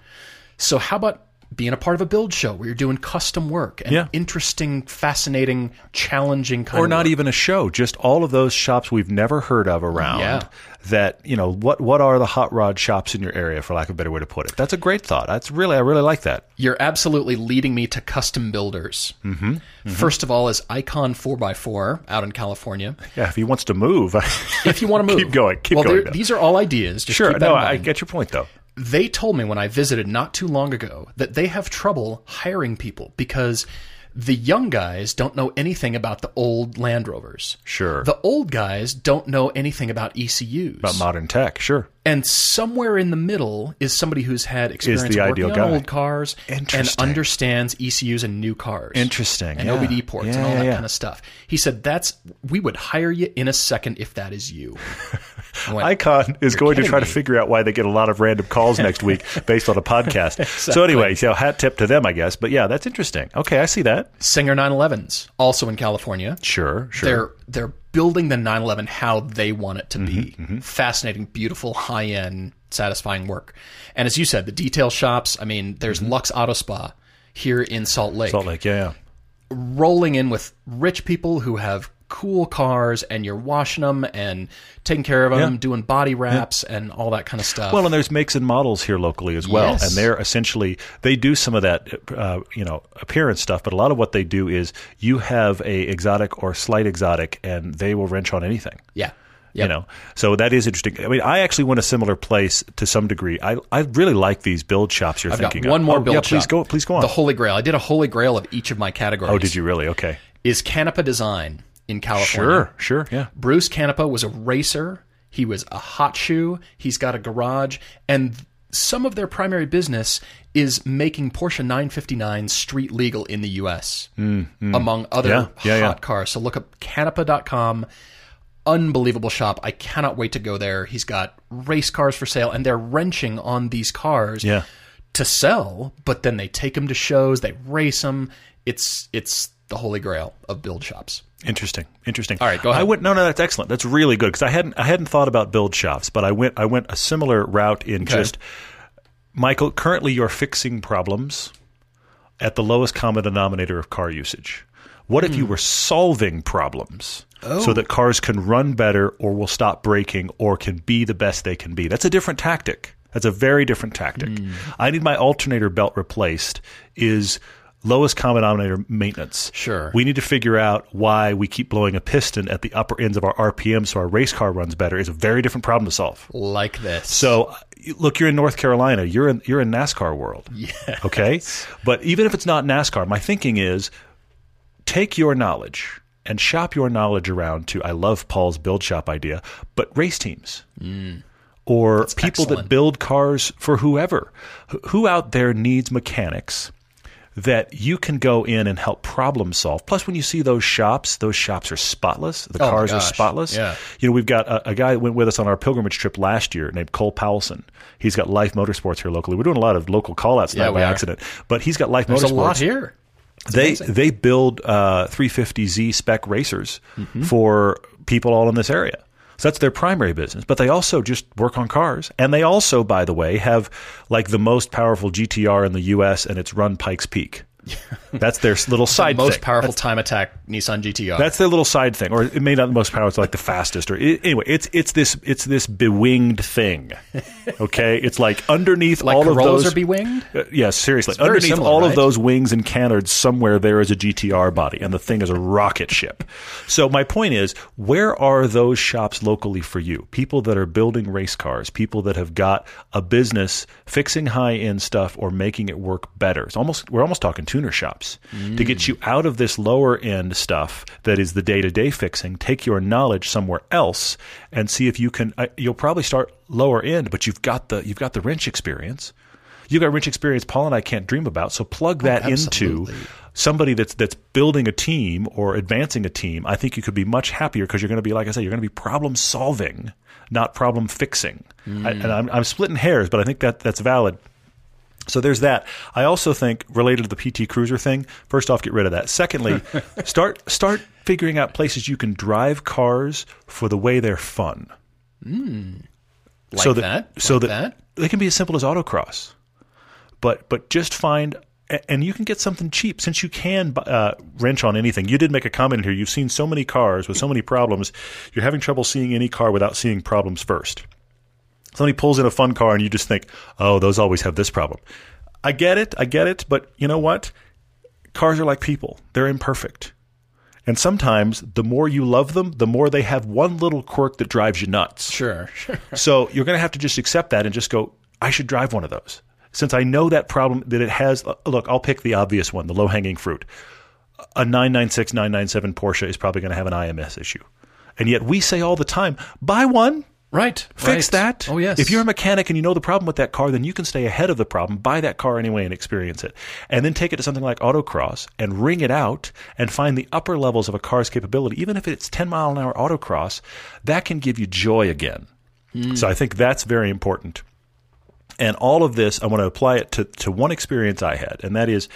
[SPEAKER 1] So how about being a part of a build show where you're doing custom work and
[SPEAKER 2] Yeah.
[SPEAKER 1] interesting, fascinating, challenging kind
[SPEAKER 2] or
[SPEAKER 1] of
[SPEAKER 2] not e-
[SPEAKER 1] work.
[SPEAKER 2] even a show just all of those shops we've never heard of around
[SPEAKER 1] Yeah.
[SPEAKER 2] that you know what what are the hot rod shops in your area for lack of a better way to put it that's a great thought that's really i really like that
[SPEAKER 1] You're absolutely leading me to custom builders. Mm-hmm, First of all, is Icon 4x4 out in California.
[SPEAKER 2] yeah if he wants to move
[SPEAKER 1] If you want to move,
[SPEAKER 2] Keep going, keep
[SPEAKER 1] well,
[SPEAKER 2] going,
[SPEAKER 1] they're-
[SPEAKER 2] Bill.
[SPEAKER 1] These are all ideas. Just
[SPEAKER 2] sure
[SPEAKER 1] keep that
[SPEAKER 2] no
[SPEAKER 1] in
[SPEAKER 2] i
[SPEAKER 1] mind.
[SPEAKER 2] get your point though
[SPEAKER 1] they told me when I visited not too long ago that they have trouble hiring people because the young guys don't know anything about the old Land Rovers.
[SPEAKER 2] Sure.
[SPEAKER 1] The old guys don't know anything about ECUs.
[SPEAKER 2] about modern tech sure
[SPEAKER 1] and somewhere in the middle is somebody who's had experience
[SPEAKER 2] the
[SPEAKER 1] working
[SPEAKER 2] ideal
[SPEAKER 1] on
[SPEAKER 2] guy.
[SPEAKER 1] old cars and
[SPEAKER 2] Interesting.
[SPEAKER 1] understands ECUs and new cars.
[SPEAKER 2] Interesting,
[SPEAKER 1] And
[SPEAKER 2] yeah.
[SPEAKER 1] OBD ports
[SPEAKER 2] Yeah,
[SPEAKER 1] and all
[SPEAKER 2] yeah,
[SPEAKER 1] that
[SPEAKER 2] yeah.
[SPEAKER 1] kind of stuff. He said that's we would hire you in a second if that is you. I went,
[SPEAKER 2] Icon is going to
[SPEAKER 1] kidding
[SPEAKER 2] try to
[SPEAKER 1] me.
[SPEAKER 2] figure out why they get a lot of random calls next week based on a podcast. So anyway, so hat tip to them, I guess. But yeah, that's interesting. Okay, I see that.
[SPEAKER 1] Singer 911s also in California.
[SPEAKER 2] Sure, sure.
[SPEAKER 1] they're they're building the 911 how they want it to be.
[SPEAKER 2] Mm-hmm,
[SPEAKER 1] Fascinating, beautiful, high end, satisfying work. And as you said, the detail shops. I mean, there's Lux Auto Spa here in Salt Lake,
[SPEAKER 2] Mm-hmm. Salt Lake, yeah, yeah.
[SPEAKER 1] rolling in with rich people who have cool cars, and you're washing them and taking care of them, doing body wraps and all that kind of stuff.
[SPEAKER 2] Well, uh, and there's makes and models here locally as well,
[SPEAKER 1] Yes.
[SPEAKER 2] and they're essentially they do some of that, uh, you know, appearance stuff. But a lot of what they do is you have a exotic or slight exotic, and they will wrench on anything.
[SPEAKER 1] yeah,
[SPEAKER 2] You
[SPEAKER 1] Yep.
[SPEAKER 2] know, so that is interesting. I mean, I actually went a similar place to some degree. I, I really like these build shops you're
[SPEAKER 1] I've got
[SPEAKER 2] thinking
[SPEAKER 1] one
[SPEAKER 2] of.
[SPEAKER 1] more
[SPEAKER 2] oh,
[SPEAKER 1] build
[SPEAKER 2] yeah,
[SPEAKER 1] shop.
[SPEAKER 2] Please go, please go on.
[SPEAKER 1] The Holy Grail. I did a Holy Grail of each of my categories.
[SPEAKER 2] oh, did you really? Okay.
[SPEAKER 1] Is Canapa Design in California?
[SPEAKER 2] Sure, sure, yeah.
[SPEAKER 1] Bruce Canepa was a racer. He was a hot shoe. He's got a garage. And some of their primary business is making Porsche 959 street legal in the US, among other
[SPEAKER 2] Mm-hmm. Yeah, yeah, yeah.
[SPEAKER 1] hot cars. So look up canepa.com. Unbelievable shop. I cannot wait to go there. He's got race cars for sale, and they're wrenching on these cars
[SPEAKER 2] Yeah.
[SPEAKER 1] to sell, but then they take them to shows, they race them. It's, it's the holy grail of build shops.
[SPEAKER 2] Interesting. Interesting.
[SPEAKER 1] All right, go ahead.
[SPEAKER 2] I went. No, no, that's excellent. That's really good because I hadn't. I hadn't thought about build shops, but I went. I went a similar route in just. Michael, currently you're fixing problems at the lowest common denominator of car usage. What if you were solving problems so that cars can run better or will stop braking or can be the best they can be? That's a different tactic. That's a very different tactic. I need my alternator belt replaced is lowest common denominator maintenance.
[SPEAKER 1] Sure.
[SPEAKER 2] We need to figure out why we keep blowing a piston at the upper ends of our RPM so our race car runs better is a very different problem to solve.
[SPEAKER 1] Like this.
[SPEAKER 2] So, look, you're in North Carolina. You're in you're in NASCAR world. Okay. But even if it's not NASCAR, my thinking is take your knowledge and shop your knowledge around to I love Paul's build shop idea, but race teams. Or people that
[SPEAKER 1] Mm. excellent.
[SPEAKER 2] build cars for whoever. Wh- Who out there needs mechanics? That you can go in and help problem solve. Plus, when you see those shops, those shops are spotless. The
[SPEAKER 1] my
[SPEAKER 2] cars are
[SPEAKER 1] Oh, gosh.
[SPEAKER 2] spotless.
[SPEAKER 1] Yeah.
[SPEAKER 2] You know, we've got a, a guy that went with us on our pilgrimage trip last year named Cole Powelson. He's got Life Motorsports here locally. We're doing a lot of local call outs
[SPEAKER 1] Yeah,
[SPEAKER 2] not by
[SPEAKER 1] we are.
[SPEAKER 2] accident, but he's got Life
[SPEAKER 1] There's
[SPEAKER 2] Motorsports.
[SPEAKER 1] a lot here.
[SPEAKER 2] they they build uh, 350Z spec racers
[SPEAKER 1] Mm-hmm.
[SPEAKER 2] for people all in this area. So that's their primary business, but they also just work on cars. And they also, by the way, have like the most powerful GTR in the U.S. and it's run Pikes Peak. That's their s- little side
[SPEAKER 1] Most
[SPEAKER 2] thing.
[SPEAKER 1] powerful time attack Nissan GTR.
[SPEAKER 2] That's their little side thing, or it may not the most powerful, it's like the fastest, or i anyway, it's it's this it's this bewinged thing. Okay, it's like underneath
[SPEAKER 1] like
[SPEAKER 2] all
[SPEAKER 1] Corollas
[SPEAKER 2] of
[SPEAKER 1] are
[SPEAKER 2] those.
[SPEAKER 1] bewinged.
[SPEAKER 2] Uh, yes, seriously.
[SPEAKER 1] very
[SPEAKER 2] Underneath
[SPEAKER 1] similar,
[SPEAKER 2] all of
[SPEAKER 1] right?
[SPEAKER 2] those wings and canards, somewhere there is a GTR body, and the thing is a rocket ship. So my point is, where are those shops locally for you? People that are building race cars, people that have got a business fixing high end stuff or making it work better. It's almost we're almost talking tuner shops
[SPEAKER 1] Mm.
[SPEAKER 2] to get you out of this lower end stuff that is the day to day fixing. Take your knowledge somewhere else and see if you can. Uh, you'll probably start lower end, but you've got the you've got the wrench experience you got rich experience Paul and I can't dream about. So plug that into
[SPEAKER 1] Oh, absolutely.
[SPEAKER 2] somebody that's that's building a team or advancing a team. I think you could be much happier because you're going to be like I said, you're going to be problem solving, not problem fixing. I,
[SPEAKER 1] Mm.
[SPEAKER 2] and I'm, I'm splitting hairs, but I think that that's valid. So there's that. I also think related to the PT Cruiser thing. First off, get rid of that. Secondly, start start figuring out places you can drive cars for the way they're fun.
[SPEAKER 1] Like
[SPEAKER 2] so that,
[SPEAKER 1] that.
[SPEAKER 2] so
[SPEAKER 1] Mm. like
[SPEAKER 2] that, it can be as simple as autocross. But but just find a- and you can get something cheap since you can bu- uh, wrench on anything. You did make a comment here. You've seen so many cars with so many problems. You're having trouble seeing any car without seeing problems first. Somebody pulls in a fun car and you just think, oh, those always have this problem. I get it. I get it. But you know what? Cars are like people, they're imperfect. And sometimes the more you love them, the more they have one little quirk that drives you nuts.
[SPEAKER 1] Sure, sure.
[SPEAKER 2] So you're going to have to just accept that and just go, I should drive one of those. Since I know that problem that it has, uh, look, I'll pick the obvious one, the low hanging fruit. A 996, 997 Porsche is probably going to have an IMS issue. And yet we say all the time, buy one,
[SPEAKER 1] Right.
[SPEAKER 2] fix
[SPEAKER 1] right.
[SPEAKER 2] that.
[SPEAKER 1] Oh, yes.
[SPEAKER 2] If you're a mechanic and you know the problem with that car, then you can stay ahead of the problem, buy that car anyway and experience it. And then take it to something like autocross and ring it out and find the upper levels of a car's capability. Even if it's 10 mile an hour autocross, that can give you joy again.
[SPEAKER 1] Hmm.
[SPEAKER 2] So I think that's very important. And all of this, I want to apply it to, to one experience I had, and that is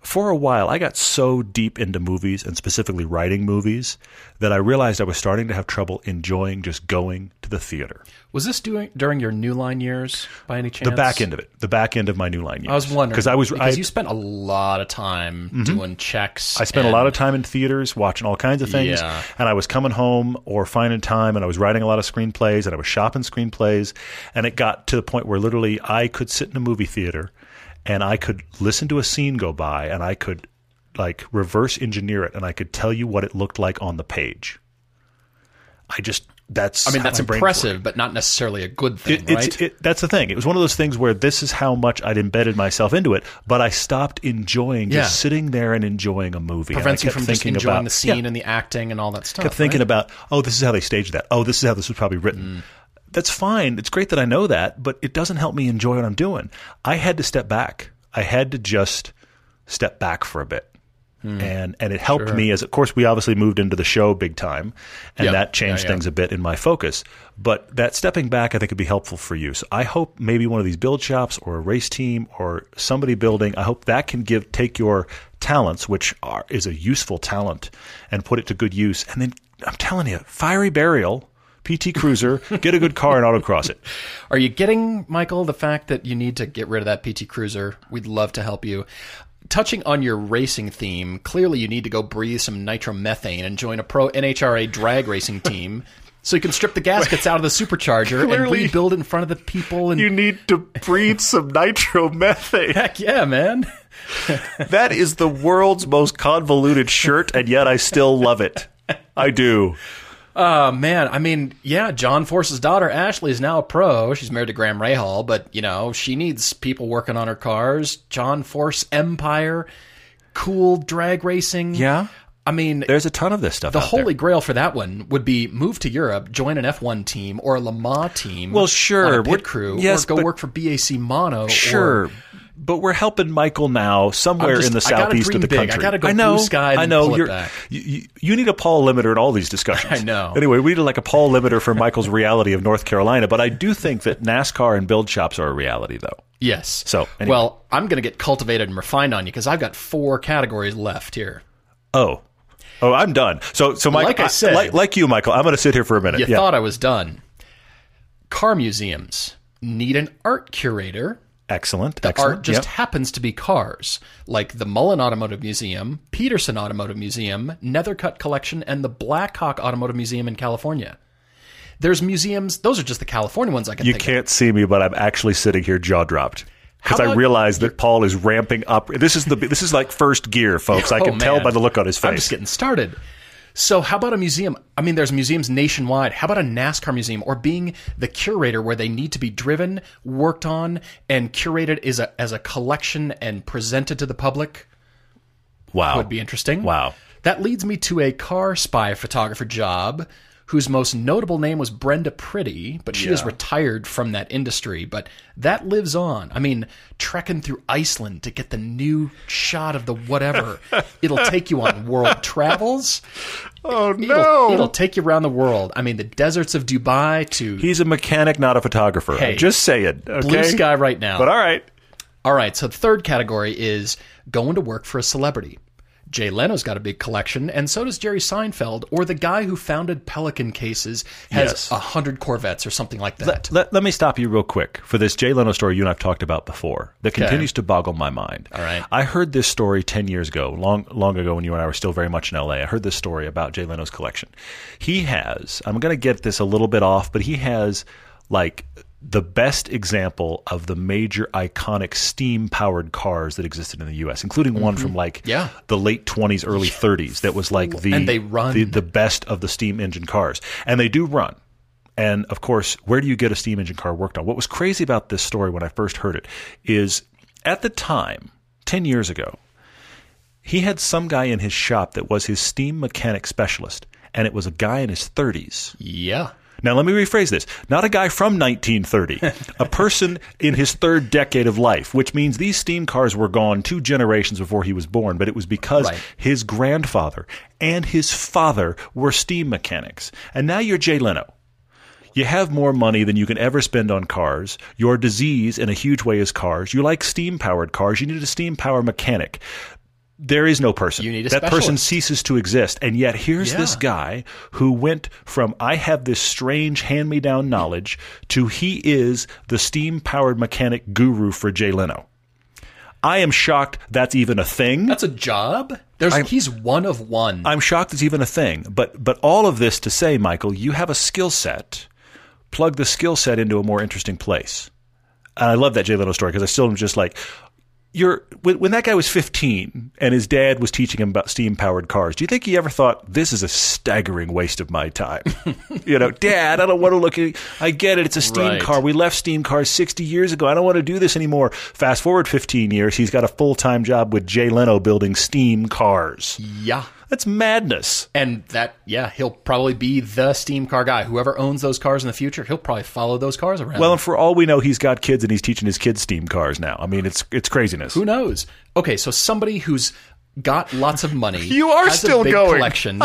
[SPEAKER 2] for a while, I got so deep into movies and specifically writing movies that I realized I was starting to have trouble enjoying just going to the theater.
[SPEAKER 1] was this doing during your New Line years by any chance?
[SPEAKER 2] The back end of it, the back end of my new line years.
[SPEAKER 1] I was wondering
[SPEAKER 2] because I was I, Mm-hmm.
[SPEAKER 1] because you spent a lot of time doing checks.
[SPEAKER 2] I spent a lot of time in theaters watching all kinds of things,
[SPEAKER 1] Yeah.
[SPEAKER 2] and I was coming home or finding time, and I was writing a lot of screenplays, and I was shopping screenplays, and it got to the point where literally I could sit in a movie theater, and I could listen to a scene go by, and I could like reverse engineer it, and I could tell you what it looked like on the page. I just that's
[SPEAKER 1] I mean,
[SPEAKER 2] how
[SPEAKER 1] that's
[SPEAKER 2] my brain
[SPEAKER 1] impressive, but not necessarily a good thing,
[SPEAKER 2] it-
[SPEAKER 1] right?
[SPEAKER 2] It's, it, that's the thing. It was one of those things where this is how much I'd embedded myself into it, but I stopped enjoying
[SPEAKER 1] Yeah.
[SPEAKER 2] just sitting there and enjoying a movie. And I
[SPEAKER 1] Prevents you
[SPEAKER 2] kept
[SPEAKER 1] from just
[SPEAKER 2] thinking
[SPEAKER 1] enjoying
[SPEAKER 2] about-
[SPEAKER 1] the scene
[SPEAKER 2] Yeah,
[SPEAKER 1] and the acting and all that stuff.
[SPEAKER 2] kept thinking
[SPEAKER 1] right?
[SPEAKER 2] about, oh, this is how they staged that. Oh, this is how this was probably
[SPEAKER 1] Mm.
[SPEAKER 2] written. That's fine. It's great that I know that, but it doesn't help me enjoy what I'm doing. I had to step back. I had to just step back for a bit.
[SPEAKER 1] Hmm.
[SPEAKER 2] And and it helped me as of course we obviously moved into the show big time and
[SPEAKER 1] Yeah.
[SPEAKER 2] that changed
[SPEAKER 1] Yeah, yeah.
[SPEAKER 2] things things a bit in my focus. But that stepping back, I think, would be helpful for you. So I hope maybe one of these build shops or a race team or somebody building. I hope that can give take your talents, which are is a useful talent, and put it to good use. And then I'm telling you, fiery burial. PT Cruiser, get a good car and autocross it.
[SPEAKER 1] Are you getting, Michael, the fact that you need to get rid of that PT Cruiser? We'd love to help you. Touching on your racing theme, clearly you need to go breathe some nitromethane and join a pro NHRA drag racing team so you can strip the gaskets out of the supercharger and
[SPEAKER 2] Clearly-
[SPEAKER 1] rebuild in front of the people. And
[SPEAKER 2] need to breathe some nitromethane.
[SPEAKER 1] heck yeah, man.
[SPEAKER 2] That is the world's most convoluted shirt, and yet I still love it. I do.
[SPEAKER 1] Uh, man, I mean, yeah, John Force's daughter Ashley is now a pro. She's married to Graham Rahal, but you know she needs people working on her cars. John Force Empire, cool drag racing.
[SPEAKER 2] Yeah.
[SPEAKER 1] I mean,
[SPEAKER 2] There's a ton of this stuff.
[SPEAKER 1] the holy grail for that one would be move to Europe, join an F1 team or a Le Mans team.
[SPEAKER 2] Well, sure.
[SPEAKER 1] on a pit
[SPEAKER 2] We're-
[SPEAKER 1] crew,
[SPEAKER 2] yes,
[SPEAKER 1] or go
[SPEAKER 2] but-
[SPEAKER 1] work for BAC Mono.
[SPEAKER 2] Sure.
[SPEAKER 1] or,
[SPEAKER 2] but we're helping Michael now, somewhere
[SPEAKER 1] I'm just-
[SPEAKER 2] in the
[SPEAKER 1] I gotta
[SPEAKER 2] southeast
[SPEAKER 1] dream
[SPEAKER 2] of the
[SPEAKER 1] big. I
[SPEAKER 2] country.
[SPEAKER 1] gotta go
[SPEAKER 2] know.
[SPEAKER 1] blue sky and
[SPEAKER 2] I know.
[SPEAKER 1] pull it
[SPEAKER 2] You're,
[SPEAKER 1] back.
[SPEAKER 2] You, you- you need a Paul limiter in all these discussions.
[SPEAKER 1] I know.
[SPEAKER 2] Anyway, we need like a Paul limiter for Michael's reality of North Carolina, but I do think that NASCAR and build shops are a reality, though.
[SPEAKER 1] yes.
[SPEAKER 2] So, anyway.
[SPEAKER 1] well, I'm going to get cultivated and refined on you because I've got four categories left here.
[SPEAKER 2] Oh. Oh, I'm done. So, so Michael,
[SPEAKER 1] Like I said-
[SPEAKER 2] like, like you, Michael, I'm going to sit here for a minute.
[SPEAKER 1] You
[SPEAKER 2] yeah.
[SPEAKER 1] thought I was done. Car museums need an art curator.
[SPEAKER 2] excellent.
[SPEAKER 1] The
[SPEAKER 2] excellent.
[SPEAKER 1] art just
[SPEAKER 2] Yep.
[SPEAKER 1] happens to be cars, like the Mullen Automotive Museum, Peterson Automotive Museum, Nethercutt Collection, and the Blackhawk Automotive Museum in California. There's museums; those are just the California ones I can
[SPEAKER 2] You
[SPEAKER 1] think
[SPEAKER 2] can't see me, but I'm actually sitting here jaw dropped because
[SPEAKER 1] How
[SPEAKER 2] I
[SPEAKER 1] about-
[SPEAKER 2] realize that Paul is ramping up. This is the this is like first gear, folks. I
[SPEAKER 1] Oh,
[SPEAKER 2] can tell
[SPEAKER 1] man.
[SPEAKER 2] by the look on his
[SPEAKER 1] of. I'm
[SPEAKER 2] face.
[SPEAKER 1] just getting started. So, how about a museum? I mean, there's museums nationwide. How about a NASCAR museum or being the curator where they need to be driven, worked on, and curated as a, as a collection and presented to the public?
[SPEAKER 2] wow,
[SPEAKER 1] would be interesting.
[SPEAKER 2] Wow.
[SPEAKER 1] That leads me to a car spy photographer job whose most notable name was Brenda Pretty, but she is retired from that industry. But that lives on. I mean, trekking through Iceland to get the new shot of the whatever. It'll take you on world travels.
[SPEAKER 2] Oh
[SPEAKER 1] It'll, it'll take you around the world. I mean, the deserts of Dubai to
[SPEAKER 2] he's a mechanic, not a photographer.
[SPEAKER 1] Hey.
[SPEAKER 2] just say it. Okay?
[SPEAKER 1] blue sky right now.
[SPEAKER 2] But all right,
[SPEAKER 1] All right, so the third category is going to work for a celebrity. Jay Leno's got a big collection, and so does Jerry Seinfeld, or the guy who founded Pelican Cases has
[SPEAKER 2] Yes.
[SPEAKER 1] a hundred Corvettes or something like that.
[SPEAKER 2] Let, let me stop you real quick for this Jay Leno story you and I've talked about before that continues to boggle my mind. All
[SPEAKER 1] right.
[SPEAKER 2] I heard this story 10 years ago, long, long ago when you and I were still very much in LA. I heard this story about Jay Leno's collection. He has, I'm going to get this a little bit off, but he has like the best example of the major iconic steam powered cars that existed in the US, including one from like
[SPEAKER 1] Mm-hmm. Yeah.
[SPEAKER 2] the late 20s, early 30s that was like the
[SPEAKER 1] And they run.
[SPEAKER 2] the, the best of the steam engine cars. And they do run. And of course, where do you get a steam engine car worked on? What was crazy about this story when I first heard it is at the time, 10 years ago, he had some guy in his shop that was his steam mechanic specialist. And it was a guy in his 30s.
[SPEAKER 1] Yeah.
[SPEAKER 2] Now, let me rephrase this. Not a guy from 1930, a person in his third decade of life, which means these steam cars were gone two generations before he was born, but it was because
[SPEAKER 1] Right.
[SPEAKER 2] his grandfather and his father were steam mechanics. And now you're Jay Leno. You have more money than you can ever spend on cars. Your disease in a huge way is cars. You like steam powered cars. You need a steam power mechanic. There is no person.
[SPEAKER 1] You need a
[SPEAKER 2] that person
[SPEAKER 1] specialist.
[SPEAKER 2] ceases to exist. And yet here's
[SPEAKER 1] Yeah.
[SPEAKER 2] this guy who went from I have this strange hand me down knowledge to he is the steam powered mechanic guru for Jay Leno. I am shocked that's even a thing.
[SPEAKER 1] That's a job. There's he's one of one.
[SPEAKER 2] I'm shocked it's even a thing. But but all of this to say, Michael, you have a skill set. Plug the skill set into a more interesting place. And I love that Jay Leno story because I still am just like, you're when, when that guy was 15 and his dad was teaching him about steam powered cars. Do you think he ever thought this is a staggering waste of my time? you know, Dad, I don't want to look. At, I get it. It's a steam
[SPEAKER 1] Right.
[SPEAKER 2] car. We left steam cars 60 years ago. I don't want to do this anymore. Fast forward 15 years, he's got a full time job with Jay Leno building steam cars.
[SPEAKER 1] yeah.
[SPEAKER 2] That's madness.
[SPEAKER 1] And that, yeah, he'll probably be the steam car guy. Whoever owns those cars in the future, he'll probably follow those cars around.
[SPEAKER 2] Well, and for all we know, he's got kids and he's teaching his kids steam cars now. I mean, it's it's craziness.
[SPEAKER 1] Who knows? Okay, so somebody who's got lots of money.
[SPEAKER 2] You are
[SPEAKER 1] has a
[SPEAKER 2] still
[SPEAKER 1] big
[SPEAKER 2] going.
[SPEAKER 1] collection,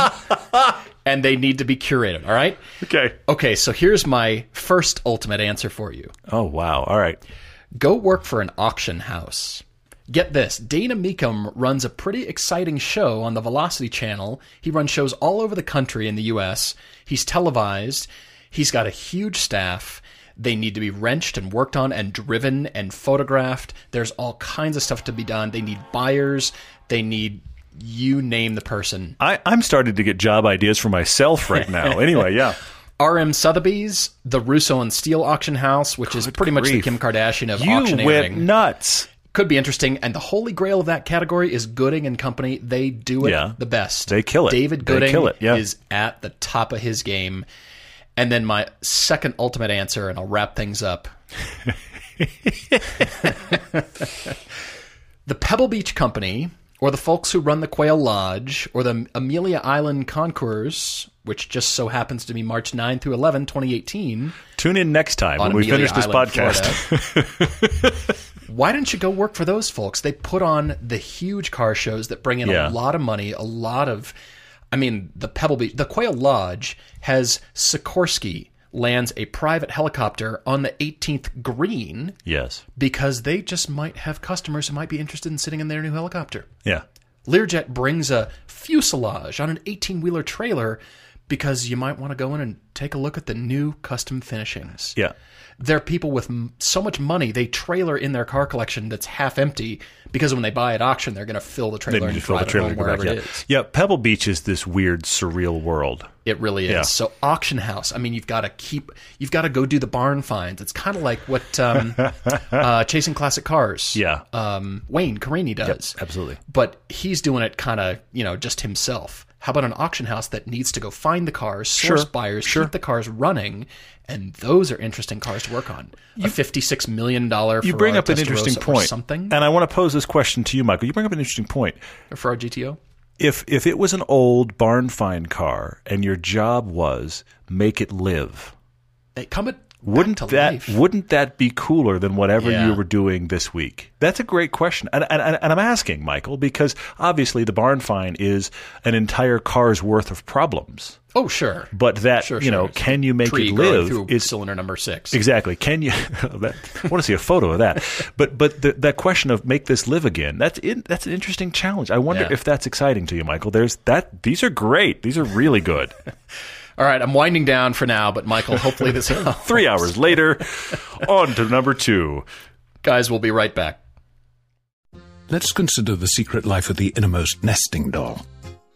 [SPEAKER 1] and they need to be curated. All right.
[SPEAKER 2] Okay.
[SPEAKER 1] Okay, so here's my first ultimate answer for you.
[SPEAKER 2] Oh wow. All right.
[SPEAKER 1] Go work for an auction house. Get this Dana Meekum runs a pretty exciting show on the Velocity Channel. He runs shows all over the country in the US. He's televised, he's got a huge staff. They need to be wrenched and worked on and driven and photographed. There's all kinds of stuff to be done. They need buyers, they need you name the person.
[SPEAKER 2] I, I'm starting to get job ideas for myself right now. anyway, yeah.
[SPEAKER 1] RM Sotheby's, the Russo and Steele auction house, which is pretty much the
[SPEAKER 2] grief.
[SPEAKER 1] Kim Kardashian of
[SPEAKER 2] You
[SPEAKER 1] auctioneering.
[SPEAKER 2] went nuts.
[SPEAKER 1] could be interesting. And the holy grail of that category is Gooding and Company. They do it
[SPEAKER 2] Yeah.
[SPEAKER 1] the best.
[SPEAKER 2] They kill it.
[SPEAKER 1] David
[SPEAKER 2] They
[SPEAKER 1] Gooding
[SPEAKER 2] kill it, yeah.
[SPEAKER 1] is at the top of his game. And then my second ultimate answer, and I'll wrap things up. the Pebble Beach Company, or the folks who run the Quail Lodge, or the Amelia Island Concours, which just so happens to be March 9 through 11, 2018
[SPEAKER 2] Tune in next time when we
[SPEAKER 1] Amelia
[SPEAKER 2] finish this
[SPEAKER 1] Island,
[SPEAKER 2] podcast.
[SPEAKER 1] Florida. Why don't you go work for those folks? They put on the huge car shows that bring in
[SPEAKER 2] Yeah.
[SPEAKER 1] a lot of money, a lot of. I mean, the Pebble Beach, the Quail Lodge has Sikorsky lands a private helicopter on the 18th green
[SPEAKER 2] Yes.
[SPEAKER 1] because they just might have customers who might be interested in sitting in their new helicopter.
[SPEAKER 2] Yeah.
[SPEAKER 1] Learjet brings a fuselage on an 18 wheeler trailer because you might want to go in and take a look at the new custom finishings
[SPEAKER 2] Yeah.
[SPEAKER 1] they're people with m- so much money they trailer in their car collection that's half empty because when they buy at auction they're going to fill the trailer
[SPEAKER 2] You
[SPEAKER 1] and
[SPEAKER 2] just fill the
[SPEAKER 1] drive
[SPEAKER 2] trailer
[SPEAKER 1] it
[SPEAKER 2] to
[SPEAKER 1] home
[SPEAKER 2] go back.
[SPEAKER 1] wherever it
[SPEAKER 2] Yeah.
[SPEAKER 1] is.
[SPEAKER 2] yeah. Pebble Beach is this weird, surreal world.
[SPEAKER 1] It really is. So auction house. I mean, you've got to keep. You've got to go do the barn finds. It's kind of like what um, uh, chasing classic cars.
[SPEAKER 2] Yeah.
[SPEAKER 1] Um, Wayne Carini does
[SPEAKER 2] absolutely.
[SPEAKER 1] but he's doing it kind of you know just himself. How about an auction house that needs to go find the cars, source
[SPEAKER 2] Sure,
[SPEAKER 1] buyers,
[SPEAKER 2] sure.
[SPEAKER 1] keep the cars running, and those are interesting cars to work on. a fifty-six million dollar.
[SPEAKER 2] You bring up an interesting point.
[SPEAKER 1] something
[SPEAKER 2] And I want to pose this question to you, Michael. You bring up an interesting point.
[SPEAKER 1] for our GTO.
[SPEAKER 2] If if it was an old barn find car and your job was make it live.
[SPEAKER 1] They come at
[SPEAKER 2] Wouldn't
[SPEAKER 1] to
[SPEAKER 2] that
[SPEAKER 1] life.
[SPEAKER 2] wouldn't that be cooler than whatever
[SPEAKER 1] Yeah.
[SPEAKER 2] you were doing this week? That's a great question, and, and and I'm asking Michael because obviously the barn fine is an entire car's worth of problems.
[SPEAKER 1] Oh, sure.
[SPEAKER 2] But that
[SPEAKER 1] Sure,
[SPEAKER 2] you know,
[SPEAKER 1] sure.
[SPEAKER 2] can you make
[SPEAKER 1] Tree
[SPEAKER 2] it
[SPEAKER 1] growing
[SPEAKER 2] live?
[SPEAKER 1] through
[SPEAKER 2] is
[SPEAKER 1] cylinder number six.
[SPEAKER 2] Exactly. Can you? that, I want to see a photo of that. But but the, that question of make this live again. That's in, that's an interesting challenge. I wonder
[SPEAKER 1] Yeah.
[SPEAKER 2] if that's exciting to you, Michael. There's that. These are great. These are really good.
[SPEAKER 1] All right, I'm winding down for now, but Michael, hopefully this helps.
[SPEAKER 2] Three hours later, on to number two.
[SPEAKER 1] Guys, we'll be right back.
[SPEAKER 3] Let's consider the secret life of the innermost nesting doll.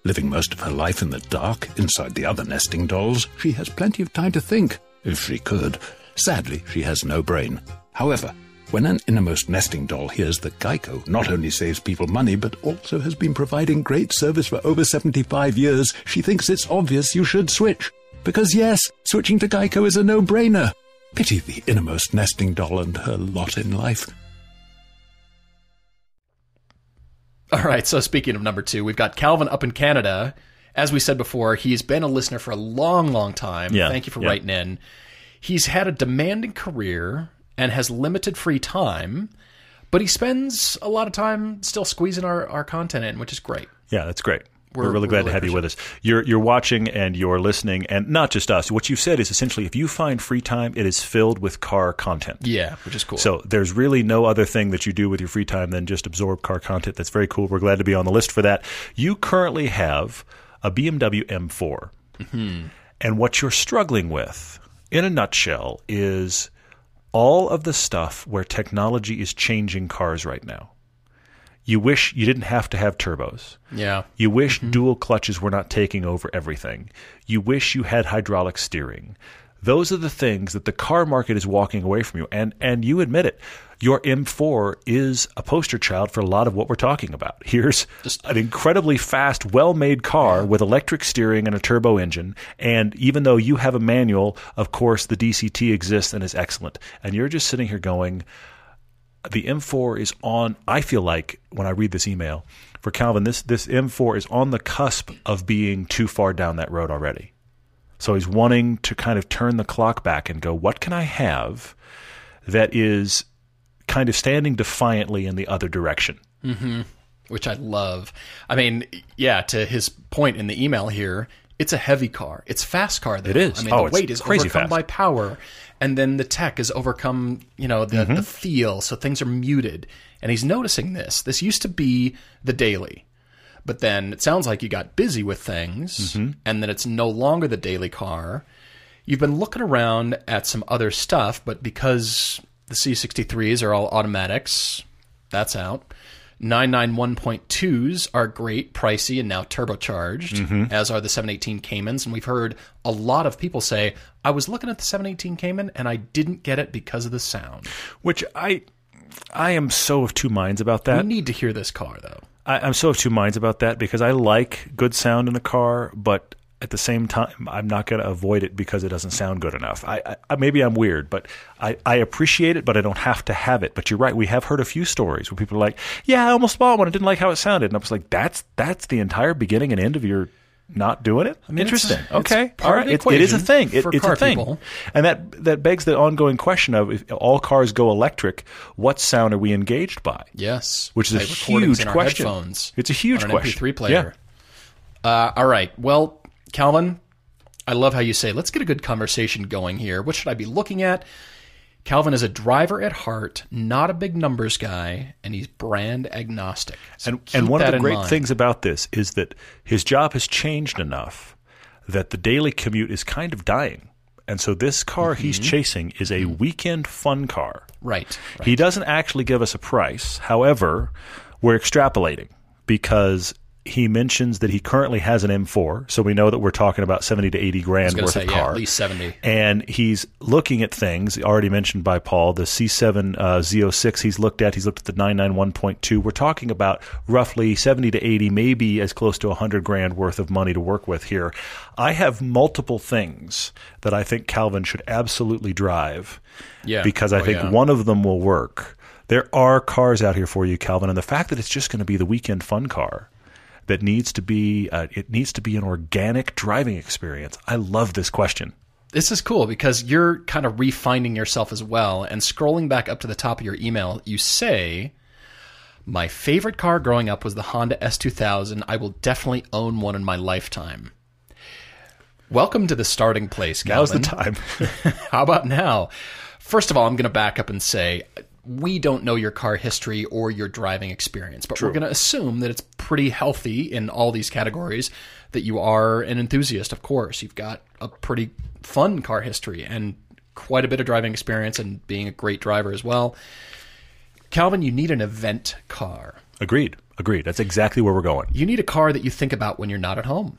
[SPEAKER 3] Living most of her life in the dark, inside the other nesting dolls, she has plenty of time to think, if she could. Sadly, she has no brain. However, when an innermost nesting doll hears that Geico not only saves people money, but also has been providing great service for over 75 years, she thinks it's obvious you should switch. Because yes, switching to Geico is a no-brainer. Pity the innermost nesting doll and her lot in life.
[SPEAKER 1] All right, so speaking of number two, we've got Calvin up in Canada. As we said before, he's been a listener for a long, long time.
[SPEAKER 2] Yeah,
[SPEAKER 1] Thank you for
[SPEAKER 2] yeah.
[SPEAKER 1] writing in. He's had a demanding career and has limited free time, but he spends a lot of time still squeezing our, our content in, which is great.
[SPEAKER 2] Yeah, that's great. We're,
[SPEAKER 1] We're-
[SPEAKER 2] really
[SPEAKER 1] we
[SPEAKER 2] glad
[SPEAKER 1] really
[SPEAKER 2] to have you with us. You're you're watching and you're listening, and not just us. What you've said is essentially, if you find free time, it is filled with car content.
[SPEAKER 1] Yeah, which is cool.
[SPEAKER 2] So there's really no other thing that you do with your free time than just absorb car content. That's very cool. We're glad to be on the list for that. You currently have a BMW M4. And what you're struggling with, in a nutshell, is all of the stuff where technology is changing cars right now. You wish you didn't have to have turbos.
[SPEAKER 1] yeah.
[SPEAKER 2] You wish dual clutches were not taking over everything. You wish you had hydraulic steering. Those are the things that the car market is walking away from you. And, and you admit it. Your M4 is a poster child for a lot of what we're talking about. Here's an incredibly fast, well made car with electric steering and a turbo engine. And even though you have a manual, of course, the DCT exists and is excellent. And you're just sitting here going, the M4 is on. I feel like when I read this email for Calvin, this this M4 is on the cusp of being too far down that road already. So he's wanting to kind of turn the clock back and go, what can I have that is kind of standing defiantly in the other direction?
[SPEAKER 1] which I love. I mean, yeah, to his point in the email here, it's a heavy car. It's a fast car though. It
[SPEAKER 2] is.
[SPEAKER 1] I mean,
[SPEAKER 2] Oh,
[SPEAKER 1] the
[SPEAKER 2] it's
[SPEAKER 1] weight is
[SPEAKER 2] crazy
[SPEAKER 1] overcome
[SPEAKER 2] fast.
[SPEAKER 1] by power and then the tech is overcome, you know, the,
[SPEAKER 2] Mm-hmm.
[SPEAKER 1] the feel, so things are muted. And he's noticing this. This used to be the daily. But then it sounds like you got busy with things and then it's no longer the daily car. You've been looking around at some other stuff, but because the C63s are all automatics, that's out. 991.2s are great, pricey, and now turbocharged, as are the 718 Caymans. And we've heard a lot of people say, I was looking at the 718 Cayman and I didn't get it because of the sound.
[SPEAKER 2] Which I I am so of two minds about that.
[SPEAKER 1] You need to hear this car, though.
[SPEAKER 2] I, I'm so of two minds about that because I like good sound in a car, but at the same time, I'm not going to avoid it because it doesn't sound good enough. I, I maybe I'm weird, but I, I appreciate it, but I don't have to have it. But you're right; we have heard a few stories where people are like, "Yeah, I almost bought one. I didn't like how it sounded," and I was like, "That's that's the entire beginning and end of your." Not doing it. Interesting.
[SPEAKER 1] it's
[SPEAKER 2] okay.
[SPEAKER 1] part
[SPEAKER 2] All
[SPEAKER 1] of
[SPEAKER 2] right.
[SPEAKER 1] the
[SPEAKER 2] It- it is a
[SPEAKER 1] equation
[SPEAKER 2] thing. It-
[SPEAKER 1] for
[SPEAKER 2] it's
[SPEAKER 1] car
[SPEAKER 2] a thing.
[SPEAKER 1] people.
[SPEAKER 2] And that that begs the ongoing question of if all cars go electric, what sound are we engaged by?
[SPEAKER 1] Yes,
[SPEAKER 2] Which is a
[SPEAKER 1] Play recordings
[SPEAKER 2] huge
[SPEAKER 1] in our
[SPEAKER 2] question.
[SPEAKER 1] Headphones
[SPEAKER 2] It's a huge
[SPEAKER 1] on an
[SPEAKER 2] question.
[SPEAKER 1] MP3 player. Uh, all right. Well, Calvin, I love how you say, "Let's get a good conversation going here." What should I be looking at? Calvin is a driver at heart, not a big numbers guy, and he's brand agnostic. So
[SPEAKER 2] and
[SPEAKER 1] keep
[SPEAKER 2] and one of
[SPEAKER 1] that
[SPEAKER 2] the
[SPEAKER 1] in
[SPEAKER 2] great
[SPEAKER 1] mind.
[SPEAKER 2] things about this is that his job has changed enough that the daily commute is kind of dying. And so this car he's
[SPEAKER 1] Mm-hmm.
[SPEAKER 2] chasing is a weekend fun car.
[SPEAKER 1] right? right.
[SPEAKER 2] He doesn't actually give us a price. However, we're extrapolating because he mentions that he currently has an M4, so we know that we're talking about 70 to 80 grand
[SPEAKER 1] gonna
[SPEAKER 2] worth
[SPEAKER 1] say,
[SPEAKER 2] of
[SPEAKER 1] yeah,
[SPEAKER 2] car.
[SPEAKER 1] at least 70.
[SPEAKER 2] And he's looking at things already mentioned by Paul, the C7 uh, Z06 he's looked at, he's looked at the 991.2. We're talking about roughly 70 to 80, maybe as close to 100 grand worth of money to work with here. I have multiple things that I think Calvin should absolutely drive
[SPEAKER 1] Yeah.
[SPEAKER 2] because I
[SPEAKER 1] Oh,
[SPEAKER 2] think
[SPEAKER 1] yeah.
[SPEAKER 2] one of them will work. There are cars out here for you, Calvin, and the fact that it's just going to be the weekend fun car that needs to be uh, it needs to be an organic driving experience. I love this question.
[SPEAKER 1] This is cool because you're kind of refinding yourself as well. And scrolling back up to the top of your email, you say, My favorite car growing up was the Honda S2000. I will definitely own one in my lifetime. Welcome to the starting place,
[SPEAKER 2] Now's the
[SPEAKER 1] Galvin.
[SPEAKER 2] time.
[SPEAKER 1] How about now? First of all, I'm going to back up and say we don't know your car history or your driving experience, but we're going to assume that it's pretty healthy in all these categories. That you are an enthusiast, of course. You've got a pretty fun car history and quite a bit of driving experience and being a great driver as well. Calvin, you need an event car.
[SPEAKER 2] Agreed. Agreed. That's exactly where we're going.
[SPEAKER 1] You need a car that you think about when you're not at home.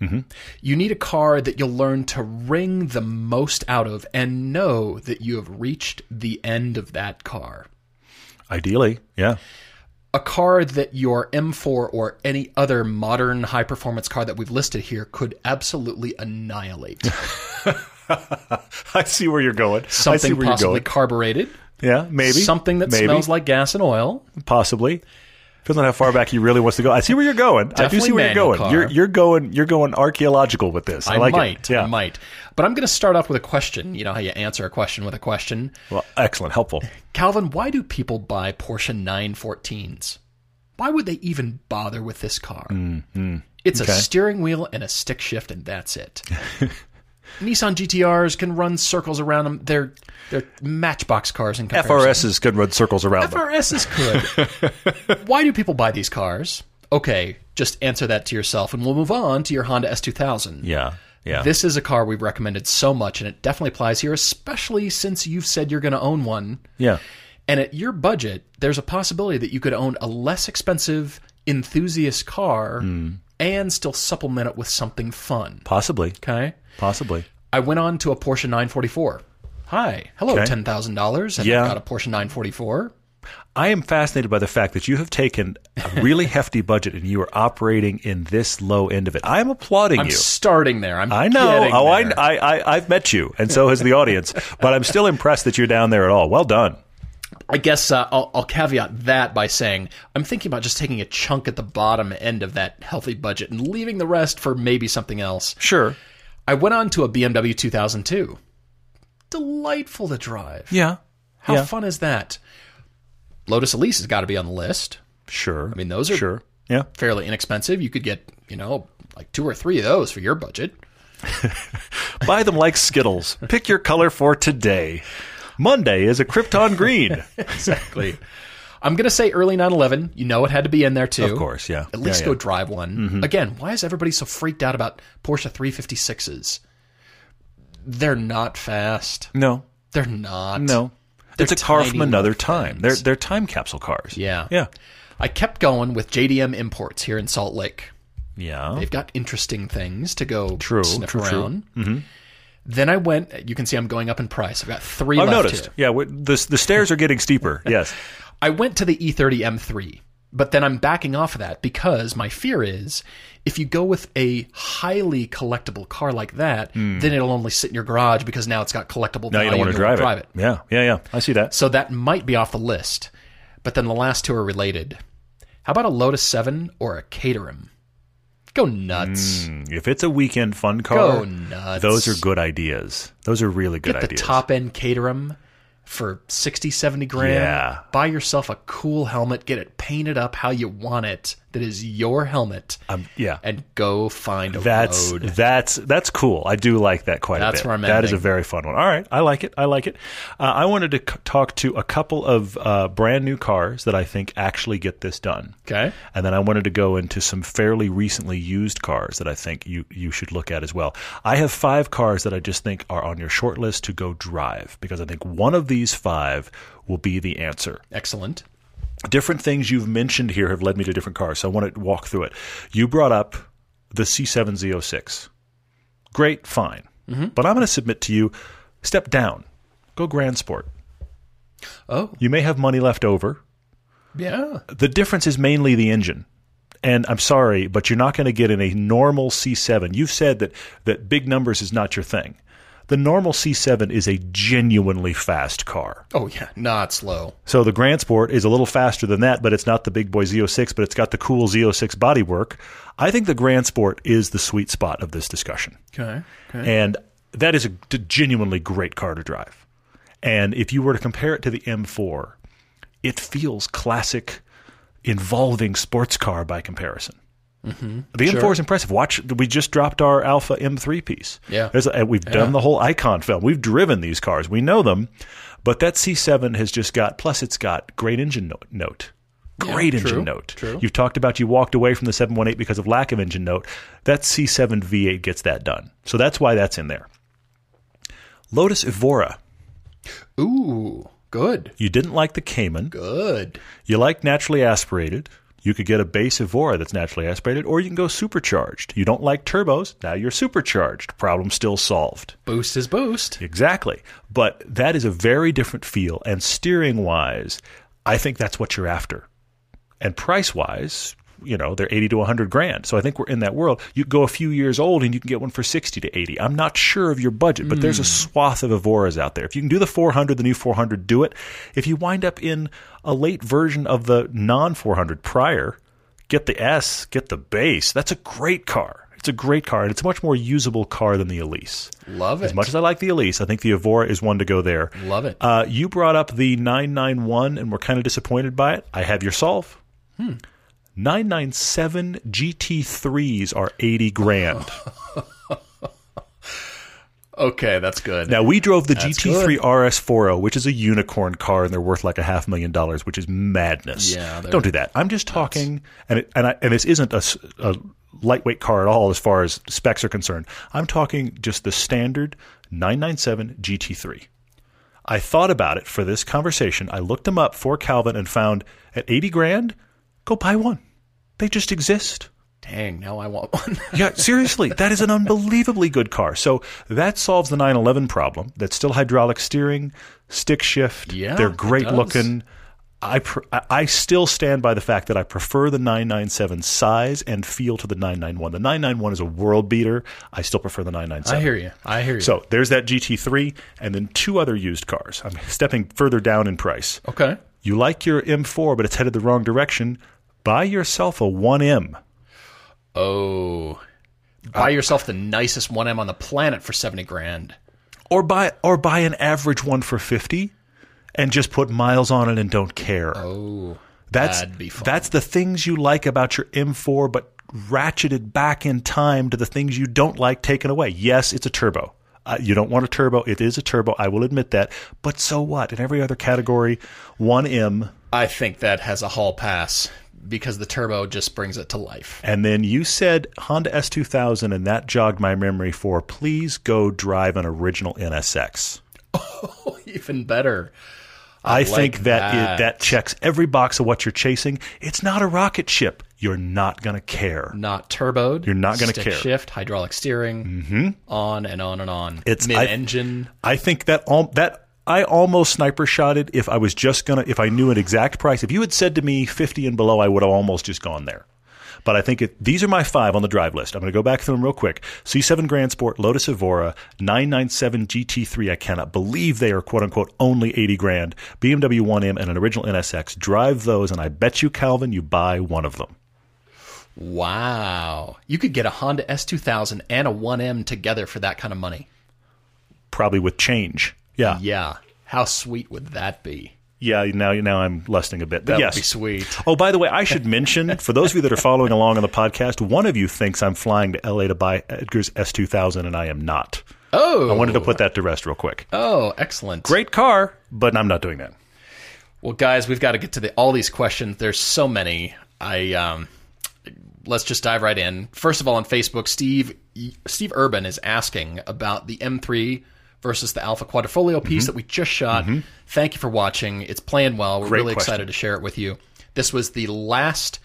[SPEAKER 2] Mm-hmm.
[SPEAKER 1] You need a car that you'll learn to wring the most out of and know that you have reached the end of that car.
[SPEAKER 2] Ideally, yeah.
[SPEAKER 1] A car that your M4 or any other modern high performance car that we've listed here could absolutely annihilate.
[SPEAKER 2] I see where you're going. I see
[SPEAKER 1] Something
[SPEAKER 2] where
[SPEAKER 1] possibly
[SPEAKER 2] you're going.
[SPEAKER 1] carbureted,
[SPEAKER 2] Yeah, maybe.
[SPEAKER 1] something that
[SPEAKER 2] maybe,
[SPEAKER 1] smells like gas and oil.
[SPEAKER 2] possibly. Depends on how far back he really wants to go. I see where you're going. I do
[SPEAKER 1] Definitely
[SPEAKER 2] see where you're
[SPEAKER 1] manual
[SPEAKER 2] going.
[SPEAKER 1] car.
[SPEAKER 2] You're you're going you're going archaeological with this. I, like it.
[SPEAKER 1] might,
[SPEAKER 2] Yeah.
[SPEAKER 1] I might. But I'm going to start off with a question. You know how you answer a question with a question.
[SPEAKER 2] Well, excellent, helpful.
[SPEAKER 1] Calvin, why do people buy Porsche 914s? Why would they even bother with this car? It's a steering wheel and a stick shift, and that's it. Nissan GTRs can run circles around them. They're they're matchbox cars in comparison.
[SPEAKER 2] FRSs can run circles around them.
[SPEAKER 1] FRSs could. why do people buy these cars? Okay, just answer that to yourself, and we'll move on to your Honda S2000.
[SPEAKER 2] Yeah. Yeah.
[SPEAKER 1] This is a car we've recommended so much, and it definitely applies here, especially since you've said you're going to own one.
[SPEAKER 2] yeah.
[SPEAKER 1] And at your budget, there's a possibility that you could own a less expensive enthusiast car
[SPEAKER 2] Hmm.
[SPEAKER 1] and still supplement it with something fun.
[SPEAKER 2] Possibly.
[SPEAKER 1] Okay.
[SPEAKER 2] Possibly.
[SPEAKER 1] I went on to a Porsche 944. Hi. Hello,
[SPEAKER 2] Okay.
[SPEAKER 1] $10,000. And
[SPEAKER 2] Yeah.
[SPEAKER 1] I got a Porsche 944.
[SPEAKER 2] I am fascinated by the fact that you have taken a really hefty budget and you are operating in this low end of it. I am applauding
[SPEAKER 1] I'm
[SPEAKER 2] you.
[SPEAKER 1] starting there. I'm
[SPEAKER 2] I know.
[SPEAKER 1] getting
[SPEAKER 2] Oh, I,
[SPEAKER 1] there.
[SPEAKER 2] I, I, I've met you, and so has the audience. But I'm still impressed that you're down there at all. Well done.
[SPEAKER 1] I guess uh, I'll, I'll caveat that by saying I'm thinking about just taking a chunk at the bottom end of that healthy budget and leaving the rest for maybe something else.
[SPEAKER 2] Sure.
[SPEAKER 1] I went on to a BMW 2002. Delightful to drive.
[SPEAKER 2] Yeah.
[SPEAKER 1] How
[SPEAKER 2] Yeah.
[SPEAKER 1] fun is that? Lotus Elise has got to be on the list.
[SPEAKER 2] Sure. I
[SPEAKER 1] mean, those are-
[SPEAKER 2] sure. Yeah.
[SPEAKER 1] Fairly inexpensive. You could get, you know, like two or three of those for your budget.
[SPEAKER 2] Buy them like Skittles. Pick your color for today. Monday is a Krypton green.
[SPEAKER 1] Exactly. I'm going to say early 911. You know it had to be in there too.
[SPEAKER 2] Of course, yeah.
[SPEAKER 1] At least
[SPEAKER 2] Yeah,
[SPEAKER 1] go
[SPEAKER 2] yeah. Mm-hmm.
[SPEAKER 1] drive one. Again, why is everybody so freaked out about Porsche 356s? They're not fast.
[SPEAKER 2] No.
[SPEAKER 1] They're not.
[SPEAKER 2] No. it's a
[SPEAKER 1] They're
[SPEAKER 2] car from
[SPEAKER 1] tiny
[SPEAKER 2] another
[SPEAKER 1] little
[SPEAKER 2] time. They're they're time capsule cars.
[SPEAKER 1] Yeah.
[SPEAKER 2] Yeah.
[SPEAKER 1] I kept going with JDM Imports here in Salt Lake.
[SPEAKER 2] Yeah.
[SPEAKER 1] They've got interesting things to go
[SPEAKER 2] True,
[SPEAKER 1] sniff
[SPEAKER 2] true, Mm-hmm. true.
[SPEAKER 1] around. Then I went. You can see I'm going up in price. I've got 3
[SPEAKER 2] I've
[SPEAKER 1] left
[SPEAKER 2] noticed.
[SPEAKER 1] here.
[SPEAKER 2] Yeah, we- the the stairs are getting steeper. Yes.
[SPEAKER 1] I went to the E E30 M3, but then I'm backing off of that because my fear is if you go with a highly collectible car like that, then it'll only sit in your garage because now it's got collectible
[SPEAKER 2] Hmm. Now
[SPEAKER 1] value.
[SPEAKER 2] you don't want
[SPEAKER 1] and
[SPEAKER 2] to
[SPEAKER 1] you won't
[SPEAKER 2] drive, it. Yeah. Yeah. Yeah. I see that.
[SPEAKER 1] So that might be off the list. But then the last two are related. How about a Lotus 7 or a Caterham? Go nuts.
[SPEAKER 2] Mm, If it's a weekend fun car,
[SPEAKER 1] Go nuts.
[SPEAKER 2] Hmm. those are good ideas. Those are really good
[SPEAKER 1] Get the
[SPEAKER 2] ideas.
[SPEAKER 1] top end Caterham for 60, 70 grand.
[SPEAKER 2] Yeah.
[SPEAKER 1] Buy yourself a cool helmet, get it painted up how you want it. That is your helmet.
[SPEAKER 2] Um, yeah.
[SPEAKER 1] and go find a
[SPEAKER 2] That's
[SPEAKER 1] road.
[SPEAKER 2] that's that's cool. I do like that quite a bit.
[SPEAKER 1] That's where I'm
[SPEAKER 2] That is a
[SPEAKER 1] ending.
[SPEAKER 2] very fun one. All right, I like it. I like it. Uh, I wanted to c- talk to a couple of uh, brand new cars that I think actually get this done.
[SPEAKER 1] Okay.
[SPEAKER 2] And then I wanted to go into some fairly recently used cars that I think you you should look at as well. I have five cars that I just think are on your short list to go drive because I think one of these five will be the answer
[SPEAKER 1] Excellent.
[SPEAKER 2] different things you've mentioned here have led me to different cars. So I want to walk through it. You brought up the C7Z06. Great, fine. But I'm going to submit to you step down, go Grand Sport.
[SPEAKER 1] Oh,
[SPEAKER 2] You may have money left over.
[SPEAKER 1] yeah.
[SPEAKER 2] The difference is mainly the engine. And I'm sorry, but you're not going to get in a normal C7. You've said that, that big numbers is not your thing. The normal C7 is a genuinely fast car.
[SPEAKER 1] Oh, yeah. Not slow.
[SPEAKER 2] So the Grand Sport is a little faster than that, but it's not the big boy Z06, but it's got the cool Z06 bodywork. I think the Grand Sport is the sweet spot of this discussion.
[SPEAKER 1] Okay.
[SPEAKER 2] And that is a d- genuinely great car to drive. And if you were to compare it to the M4, it feels classic, involving sports car by comparison.
[SPEAKER 1] Mm-hmm.
[SPEAKER 2] The M4 is impressive. Watch, we just dropped our Alpha M3 piece.
[SPEAKER 1] Yeah.
[SPEAKER 2] There's a- we've done the whole icon film. We've driven these cars. We know them, but that C7 has just got. Plus, it's got great engine no- note. Great
[SPEAKER 1] true,
[SPEAKER 2] engine note.
[SPEAKER 1] true.
[SPEAKER 2] You've talked about you walked away from the 718 because of lack of engine note. That C7 V8 gets that done. So that's why that's in there. Lotus Evora.
[SPEAKER 1] Ooh, good,
[SPEAKER 2] You didn't like the Cayman.
[SPEAKER 1] good.
[SPEAKER 2] You like naturally aspirated. You could get a base Evora that's naturally aspirated, or you can go supercharged. You don't like turbos. Now you're supercharged. Problem still solved.
[SPEAKER 1] Boost is boost.
[SPEAKER 2] Exactly. But that is a very different feel. And steering wise, I think that's what you're after. And price wise, you know, they're 80 to 100 grand. So I think we're in that world. You go a few years old and you can get one for 60 to 80. I'm not sure of your budget, but there's a swath of Evoras out there. If you can do the 400, the new 400, do it. If you wind up in a late version of the non 400 prior, get the S, get the base. That's a great car. It's a great car, and it's a much more usable car than the Elise.
[SPEAKER 1] Love it.
[SPEAKER 2] As much as I like the Elise, I think the Evora is one to go there.
[SPEAKER 1] Love it.
[SPEAKER 2] Uh, you brought up the 991 and we're kind of disappointed by it. I have your solve. 997 GT3s are 80 grand.
[SPEAKER 1] okay, that's good.
[SPEAKER 2] Now, we drove the GT3 RS40, oh, which is a unicorn car, and they're worth like a half million dollars, which is madness.
[SPEAKER 1] Yeah, they're-
[SPEAKER 2] Don't do that. I'm just talking, and, it, and, I, and this isn't a, s- a lightweight car at all as far as specs are concerned. I'm talking just the standard 997 GT3. I thought about it for this conversation. I looked them up for Calvin and found at 80 grand, go buy one. They just exist.
[SPEAKER 1] Dang, now I want one.
[SPEAKER 2] Yeah, seriously, that is an unbelievably good car. So that solves the 911 problem. That's still hydraulic steering, stick shift.
[SPEAKER 1] Yeah,
[SPEAKER 2] they're
[SPEAKER 1] it
[SPEAKER 2] great
[SPEAKER 1] does.
[SPEAKER 2] looking. I pr- I I still stand by the fact that I prefer the 997 size and feel to the 991. The 991 is a world beater. I still prefer the 997.
[SPEAKER 1] I hear you. I hear you.
[SPEAKER 2] So there's that GT3 and then two other used cars. I'm stepping further down in price.
[SPEAKER 1] okay.
[SPEAKER 2] You like your M4, but it's headed the wrong direction. Buy yourself a 1M.
[SPEAKER 1] Oh, buy yourself the nicest 1M on the planet for 70 grand.
[SPEAKER 2] or buy or buy an average one for 50 and just put miles on it and don't care.
[SPEAKER 1] Oh,
[SPEAKER 2] that's
[SPEAKER 1] that'd be fun.
[SPEAKER 2] that's the things you like about your M4 but ratcheted back in time to the things you don't like taken away. Yes, it's a turbo. Uh, you don't want a turbo. It is a turbo. I will admit that. But so what? In every other category, 1M
[SPEAKER 1] I think that has a hall pass because the turbo just brings it to life.
[SPEAKER 2] And then you said Honda S2000, and that jogged my memory for please go drive an original NSX.
[SPEAKER 1] Even better.
[SPEAKER 2] I, think
[SPEAKER 1] like
[SPEAKER 2] that that.
[SPEAKER 1] that.
[SPEAKER 2] It, that checks every box of what you're chasing. It's not a rocket ship. You're not going to care.
[SPEAKER 1] Not Mm-hmm. turboed.
[SPEAKER 2] You're not gonna
[SPEAKER 1] Stick
[SPEAKER 2] care.
[SPEAKER 1] Shift, hydraulic steering, on and on and on.
[SPEAKER 2] It's- I-
[SPEAKER 1] mid-engine.
[SPEAKER 2] I think that all that I almost sniper shotted if I was just going to if I knew an exact price. If you had said to me 50 and below, I would have almost just gone there. But I think it, these are my five on the drive list. I'm going to go back through them real quick. C7 Grand Sport, Lotus Evora, 997 GT3. I cannot believe they are quote unquote only 80 grand. BMW 1M and an original NSX. Drive those, and I bet you, Calvin, you buy one of them.
[SPEAKER 1] wow, you could get a Honda S2000 and a 1M together for that kind of money.
[SPEAKER 2] probably with change. Yeah.
[SPEAKER 1] Yeah, how sweet would that be?
[SPEAKER 2] Yeah, now now I'm lusting a bit. But
[SPEAKER 1] That
[SPEAKER 2] yes.
[SPEAKER 1] would be sweet.
[SPEAKER 2] Oh, by the way, I should mention for those of you that are following along on the podcast, one of you thinks I'm flying to LA to buy Edgar's S2000 and I am not.
[SPEAKER 1] Oh,
[SPEAKER 2] I wanted to put that to rest real quick.
[SPEAKER 1] oh, excellent.
[SPEAKER 2] Great car, but I'm not doing that.
[SPEAKER 1] Well, guys, we've got to get to the, all these questions. There's so many. I um, let's just dive right in. First of all, on Facebook, Steve Steve Urban is asking about the M3 versus the Alpha Quadrifoglio piece
[SPEAKER 2] Mm-hmm.
[SPEAKER 1] that we just shot. Thank you for watching. It's playing well. We're really
[SPEAKER 2] question.
[SPEAKER 1] excited to share it with you. This was the last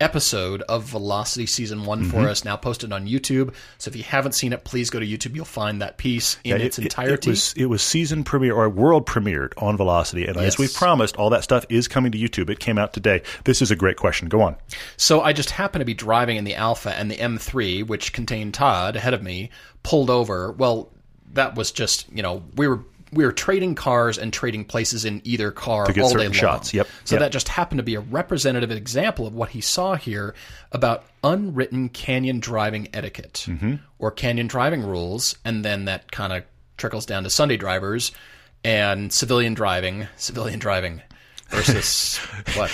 [SPEAKER 1] episode of Velocity Season One
[SPEAKER 2] Mm-hmm.
[SPEAKER 1] for us, now posted on YouTube. So if you haven't seen it, please go to YouTube. You'll find that piece in its
[SPEAKER 2] It- it-
[SPEAKER 1] entirety.
[SPEAKER 2] It, was, it was season premiere or world premiered on Velocity, and
[SPEAKER 1] Yes.
[SPEAKER 2] as we promised, all that stuff is coming to YouTube. It came out today. This is a great question. Go on.
[SPEAKER 1] So I just happened to be driving in the Alpha, and the M3, which contained Todd ahead of me, pulled over. Well, that was just you know we were we were trading cars and trading places in either car
[SPEAKER 2] get
[SPEAKER 1] all day
[SPEAKER 2] certain
[SPEAKER 1] long.
[SPEAKER 2] shots. Yep.
[SPEAKER 1] So
[SPEAKER 2] Yep.
[SPEAKER 1] that just happened to be a representative example of what he saw here about unwritten canyon driving etiquette
[SPEAKER 2] Mm-hmm.
[SPEAKER 1] or canyon driving rules, and then that kind of trickles down to Sunday drivers and civilian driving. Civilian driving versus what?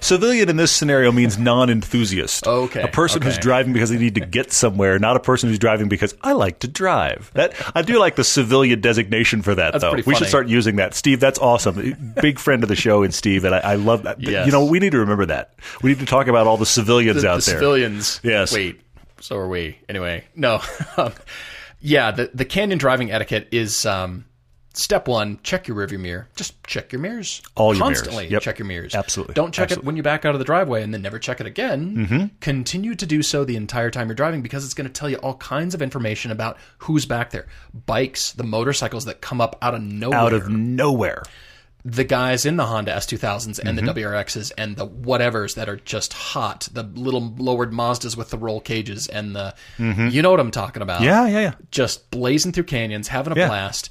[SPEAKER 2] Civilian in this scenario means non enthusiast.
[SPEAKER 1] Oh, Okay,
[SPEAKER 2] A person who's
[SPEAKER 1] okay.
[SPEAKER 2] driving because they need to get somewhere, not a person who's driving because I like to drive. That I do like the civilian designation for that, though. We
[SPEAKER 1] pretty
[SPEAKER 2] should
[SPEAKER 1] funny.
[SPEAKER 2] start using that. Steve, that's awesome. Big friend of the show, and Steve, and I, I love that. But,
[SPEAKER 1] Yes.
[SPEAKER 2] You know, we need to remember that. We need to talk about all the civilians
[SPEAKER 1] the,
[SPEAKER 2] out
[SPEAKER 1] the
[SPEAKER 2] there.
[SPEAKER 1] civilians.
[SPEAKER 2] Yes.
[SPEAKER 1] Wait. So are we. Anyway, no. Um, yeah, the the canyon driving etiquette is um, step one. Check your rearview mirror. Just check your mirrors.
[SPEAKER 2] All your mirrors.
[SPEAKER 1] constantly.
[SPEAKER 2] Yep.
[SPEAKER 1] Check your mirrors.
[SPEAKER 2] Absolutely.
[SPEAKER 1] Don't check
[SPEAKER 2] Absolutely. Mm-hmm.
[SPEAKER 1] it when you back out of the driveway and then never check it again. Continue to do so the entire time you're driving because it's going to tell you all kinds of information about who's back there. Bikes, the motorcycles that come up out of nowhere
[SPEAKER 2] Out of nowhere.
[SPEAKER 1] the guys in the Honda S2000s and
[SPEAKER 2] Mm-hmm.
[SPEAKER 1] the WRXs and the whatevers that are just hot, the little lowered Mazdas with the roll cages and the, you know what I'm talking about.
[SPEAKER 2] Mm-hmm. Yeah, yeah, yeah.
[SPEAKER 1] Just blazing through canyons, having a
[SPEAKER 2] Yeah.
[SPEAKER 1] blast.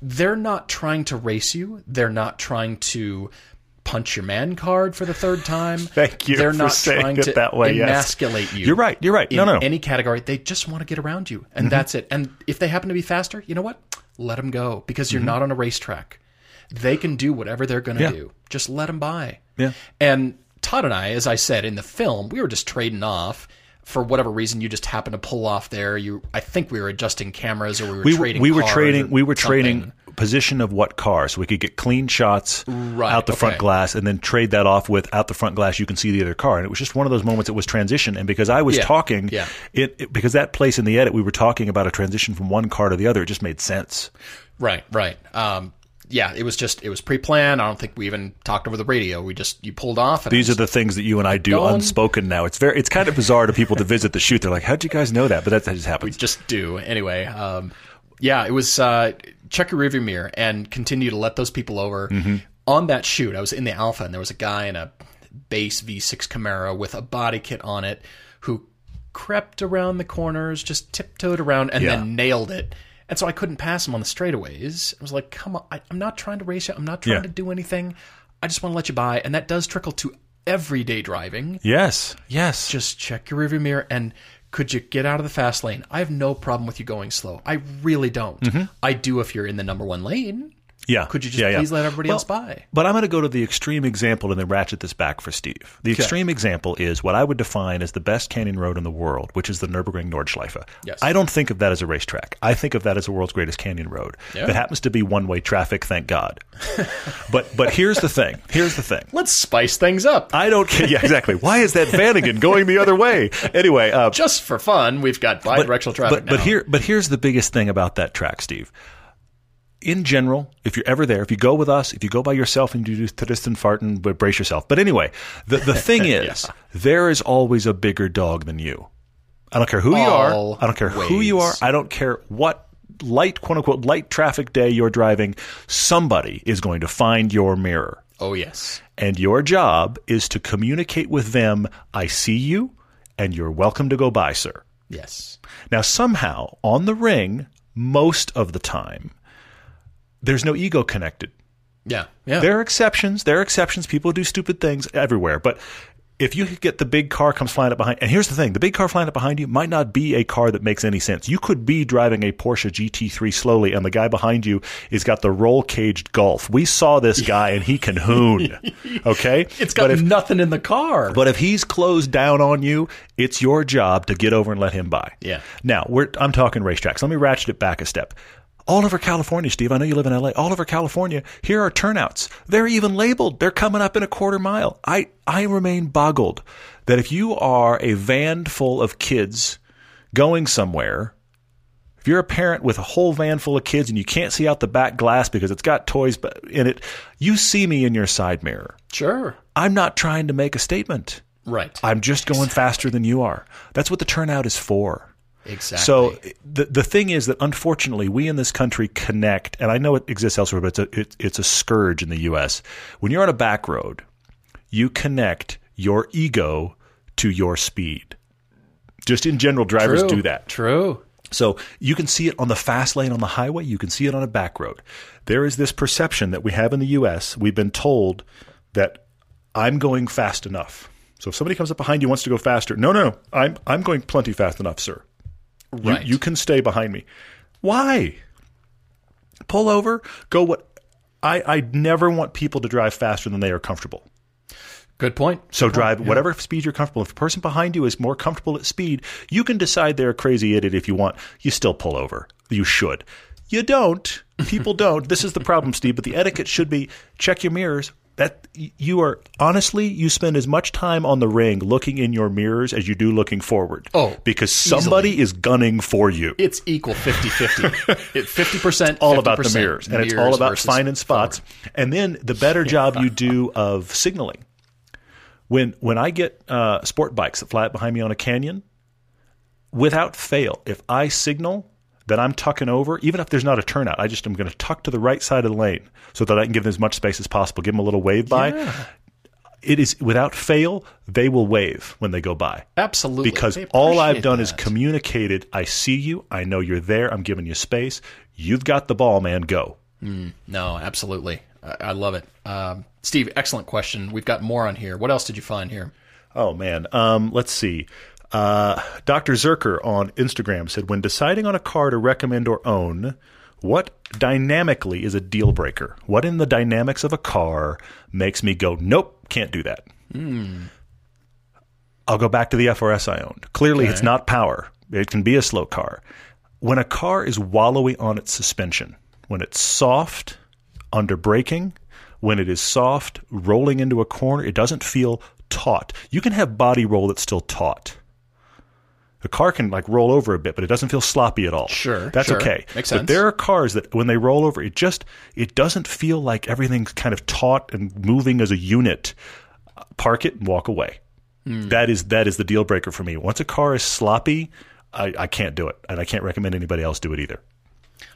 [SPEAKER 1] They're not trying to race you. They're not trying to punch your man card for the third time.
[SPEAKER 2] Thank you
[SPEAKER 1] They're
[SPEAKER 2] for
[SPEAKER 1] not
[SPEAKER 2] saying
[SPEAKER 1] trying
[SPEAKER 2] it
[SPEAKER 1] to
[SPEAKER 2] that way, yes.
[SPEAKER 1] emasculate you.
[SPEAKER 2] You're right, you're right. No,
[SPEAKER 1] in
[SPEAKER 2] no.
[SPEAKER 1] Any category, they just want to get around you,
[SPEAKER 2] Mm-hmm.
[SPEAKER 1] and that's it. And if they happen to be faster, you know what? Let them go because you're not on a racetrack. They can do whatever they're going to
[SPEAKER 2] Mm-hmm. Yeah.
[SPEAKER 1] do. Just let them by.
[SPEAKER 2] Yeah.
[SPEAKER 1] And Todd and I, as I said in the film, we were just trading off. For whatever reason, you just happened to pull off there. You, I think we were adjusting cameras, or we were
[SPEAKER 2] we,
[SPEAKER 1] trading.
[SPEAKER 2] we were
[SPEAKER 1] cars or
[SPEAKER 2] trading we were
[SPEAKER 1] something.
[SPEAKER 2] trading position of what car so we could get clean shots
[SPEAKER 1] Right,
[SPEAKER 2] out the front
[SPEAKER 1] okay.
[SPEAKER 2] glass and then trade that off with out the front glass you can see the other car and it was just one of those moments it was transition and because i was
[SPEAKER 1] Yeah,
[SPEAKER 2] talking
[SPEAKER 1] yeah.
[SPEAKER 2] it, it- because that place in the edit we were talking about a transition from one car to the other it just made sense
[SPEAKER 1] Right, right. Um, yeah, it was just it was pre-planned. I don't think we even talked over the radio. We just you pulled off. And
[SPEAKER 2] these are the things that you and i do
[SPEAKER 1] Gone.
[SPEAKER 2] unspoken now it's very it's kind of bizarre to people that visit the shoot they're like how'd you guys know that but that, that just happens
[SPEAKER 1] just do anyway. Um, yeah, it was uh, check your rearview mirror and continue to let those people over.
[SPEAKER 2] Mm-hmm.
[SPEAKER 1] On that shoot, I was in the Alpha, and there was a guy in a base V6 Camaro with a body kit on it who crept around the corners, just tiptoed around, and
[SPEAKER 2] Yeah.
[SPEAKER 1] then nailed it. And so I couldn't pass him on the straightaways. I was like, "Come on, I, I'm not trying to race you. I'm not trying
[SPEAKER 2] Yeah.
[SPEAKER 1] to do anything. I just want to let you by." And that does trickle to everyday driving
[SPEAKER 2] yes yes
[SPEAKER 1] just check your rearview mirror and could you get out of the fast lane? I have no problem with you going slow. I really don't.
[SPEAKER 2] Mm-hmm.
[SPEAKER 1] I do if you're in the number one lane.
[SPEAKER 2] Yeah.
[SPEAKER 1] Could you just
[SPEAKER 2] Yeah, yeah.
[SPEAKER 1] please let everybody
[SPEAKER 2] Well,
[SPEAKER 1] else by?
[SPEAKER 2] But I'm going to go to the extreme example and then ratchet this back for Steve. The extreme example is what I would define as the best canyon road in the world, which is the Nürburgring Nordschleife.
[SPEAKER 1] Yes.
[SPEAKER 2] I don't think of that as a racetrack. I think of that as the world's greatest canyon road. That happens to be one-way traffic, thank God. but but here's the thing. Here's the thing.
[SPEAKER 1] Let's spice things up.
[SPEAKER 2] I don't care. Yeah, exactly. Why is that Vanagon going the other way? Anyway, uh,
[SPEAKER 1] just for fun, we've got bidirectional traffic
[SPEAKER 2] but, but
[SPEAKER 1] now.
[SPEAKER 2] here, but here's the biggest thing about that track, Steve. In general, if you're ever there, if you go with us, if you go by yourself and you do Tristan Farton, but brace yourself. But anyway, the, the thing is, there is always a bigger dog than you. I don't care who you
[SPEAKER 1] Always.
[SPEAKER 2] are. I don't care who you are. I don't care what light, quote unquote, light traffic day you're driving. Somebody is going to find your mirror.
[SPEAKER 1] oh yes,
[SPEAKER 2] And your job is to communicate with them I see you, and you're welcome to go by, sir.
[SPEAKER 1] yes.
[SPEAKER 2] Now, somehow, on the ring, most of the time, there's no ego connected.
[SPEAKER 1] Yeah, yeah.
[SPEAKER 2] There are exceptions. There are exceptions. People do stupid things everywhere. But if you could get the big car comes flying up behind, and here's the thing: the big car flying up behind you might not be a car that makes any sense. You could be driving a Porsche GT3 slowly, and the guy behind you is got the roll caged Golf. We saw this guy, and he can hoon. Okay,
[SPEAKER 1] it's got
[SPEAKER 2] But if-
[SPEAKER 1] nothing in the car.
[SPEAKER 2] but if he's closed down on you, it's your job to get over and let him by.
[SPEAKER 1] Yeah.
[SPEAKER 2] Now, we're, I'm talking racetracks. Let me ratchet it back a step. All over California, Steve, I know you live in LA. All over California, here are turnouts. They're even labeled. They're coming up in a quarter mile. I, I remain boggled that if you are a van full of kids going somewhere, if you're a parent with a whole van full of kids and you can't see out the back glass because it's got toys in it, you see me in your side mirror.
[SPEAKER 1] sure,
[SPEAKER 2] I'm not trying to make a statement.
[SPEAKER 1] right,
[SPEAKER 2] I'm just going faster than you are. That's what the turnout is for.
[SPEAKER 1] exactly.
[SPEAKER 2] So the the thing is that unfortunately we in this country connect, and I know it exists elsewhere, but it's a it, it's a scourge in the U.S. When you're on a back road, you connect your ego to your speed. Just in general, drivers
[SPEAKER 1] True,
[SPEAKER 2] do that.
[SPEAKER 1] True.
[SPEAKER 2] So you can see it on the fast lane on the highway, you can see it on a back road. There is this perception that we have in the US. We've been told that I'm going fast enough. So if somebody comes up behind you wants to go faster, no, no, no, I'm I'm going plenty fast enough, sir. You-
[SPEAKER 1] Right.
[SPEAKER 2] You, can stay behind me. Why? Pull over, go what I I never want people to drive faster than they are comfortable.
[SPEAKER 1] Good point.
[SPEAKER 2] So drive whatever speed you're comfortable. If the person behind you is more comfortable at speed, you can decide they're a crazy idiot if you want. You still pull over. You should. You don't. People don't. This is the problem, Steve. But the etiquette should be check your mirrors. That you are honestly, you spend as much time on the ring looking in your mirrors as you do looking forward.
[SPEAKER 1] Oh,
[SPEAKER 2] because somebody is gunning for you.
[SPEAKER 1] It's equal 50 50. 50%
[SPEAKER 2] all about the mirrors, and it's all about finding spots. And then the better job you do of signaling. When when I get uh, sport bikes that fly up behind me on a canyon, without fail, if I signal that I'm tucking over, even if there's not a turnout, I just am going to tuck to the right side of the lane so that I can give them as much space as possible, give them a little wave by. It is without fail, they will wave when they go by.
[SPEAKER 1] Absolutely.
[SPEAKER 2] Because
[SPEAKER 1] They
[SPEAKER 2] all I've
[SPEAKER 1] appreciate
[SPEAKER 2] done is
[SPEAKER 1] that.
[SPEAKER 2] communicated, I see you, I know you're there, I'm giving you space. You've got the ball, man, go.
[SPEAKER 1] No, absolutely. I, I love it. Um, Steve, excellent question. We've got more on here. What else did you find here?
[SPEAKER 2] Oh man, um, let's see. Uh, Dr. Zerker on Instagram said, when deciding on a car to recommend or own, what dynamically is a deal breaker? What in the dynamics of a car makes me go, nope, can't do that? I'll go back to the FRS I owned. Clearly, it's not power. It can be a slow car. When a car is wallowy on its suspension, when it's soft under braking, when it is soft rolling into a corner, it doesn't feel taut. You can have body roll that's still taut. The car can like roll over a bit, but it doesn't feel sloppy at all.
[SPEAKER 1] Sure,
[SPEAKER 2] that's
[SPEAKER 1] sure.
[SPEAKER 2] okay.
[SPEAKER 1] Makes
[SPEAKER 2] But
[SPEAKER 1] sense.
[SPEAKER 2] there are cars that when they roll over, it just it doesn't feel like everything's kind of taut and moving as a unit. Park it and walk away. Mm. That is that is the deal breaker for me. Once a car is sloppy, I, I can't do it, and I can't recommend anybody else do it either.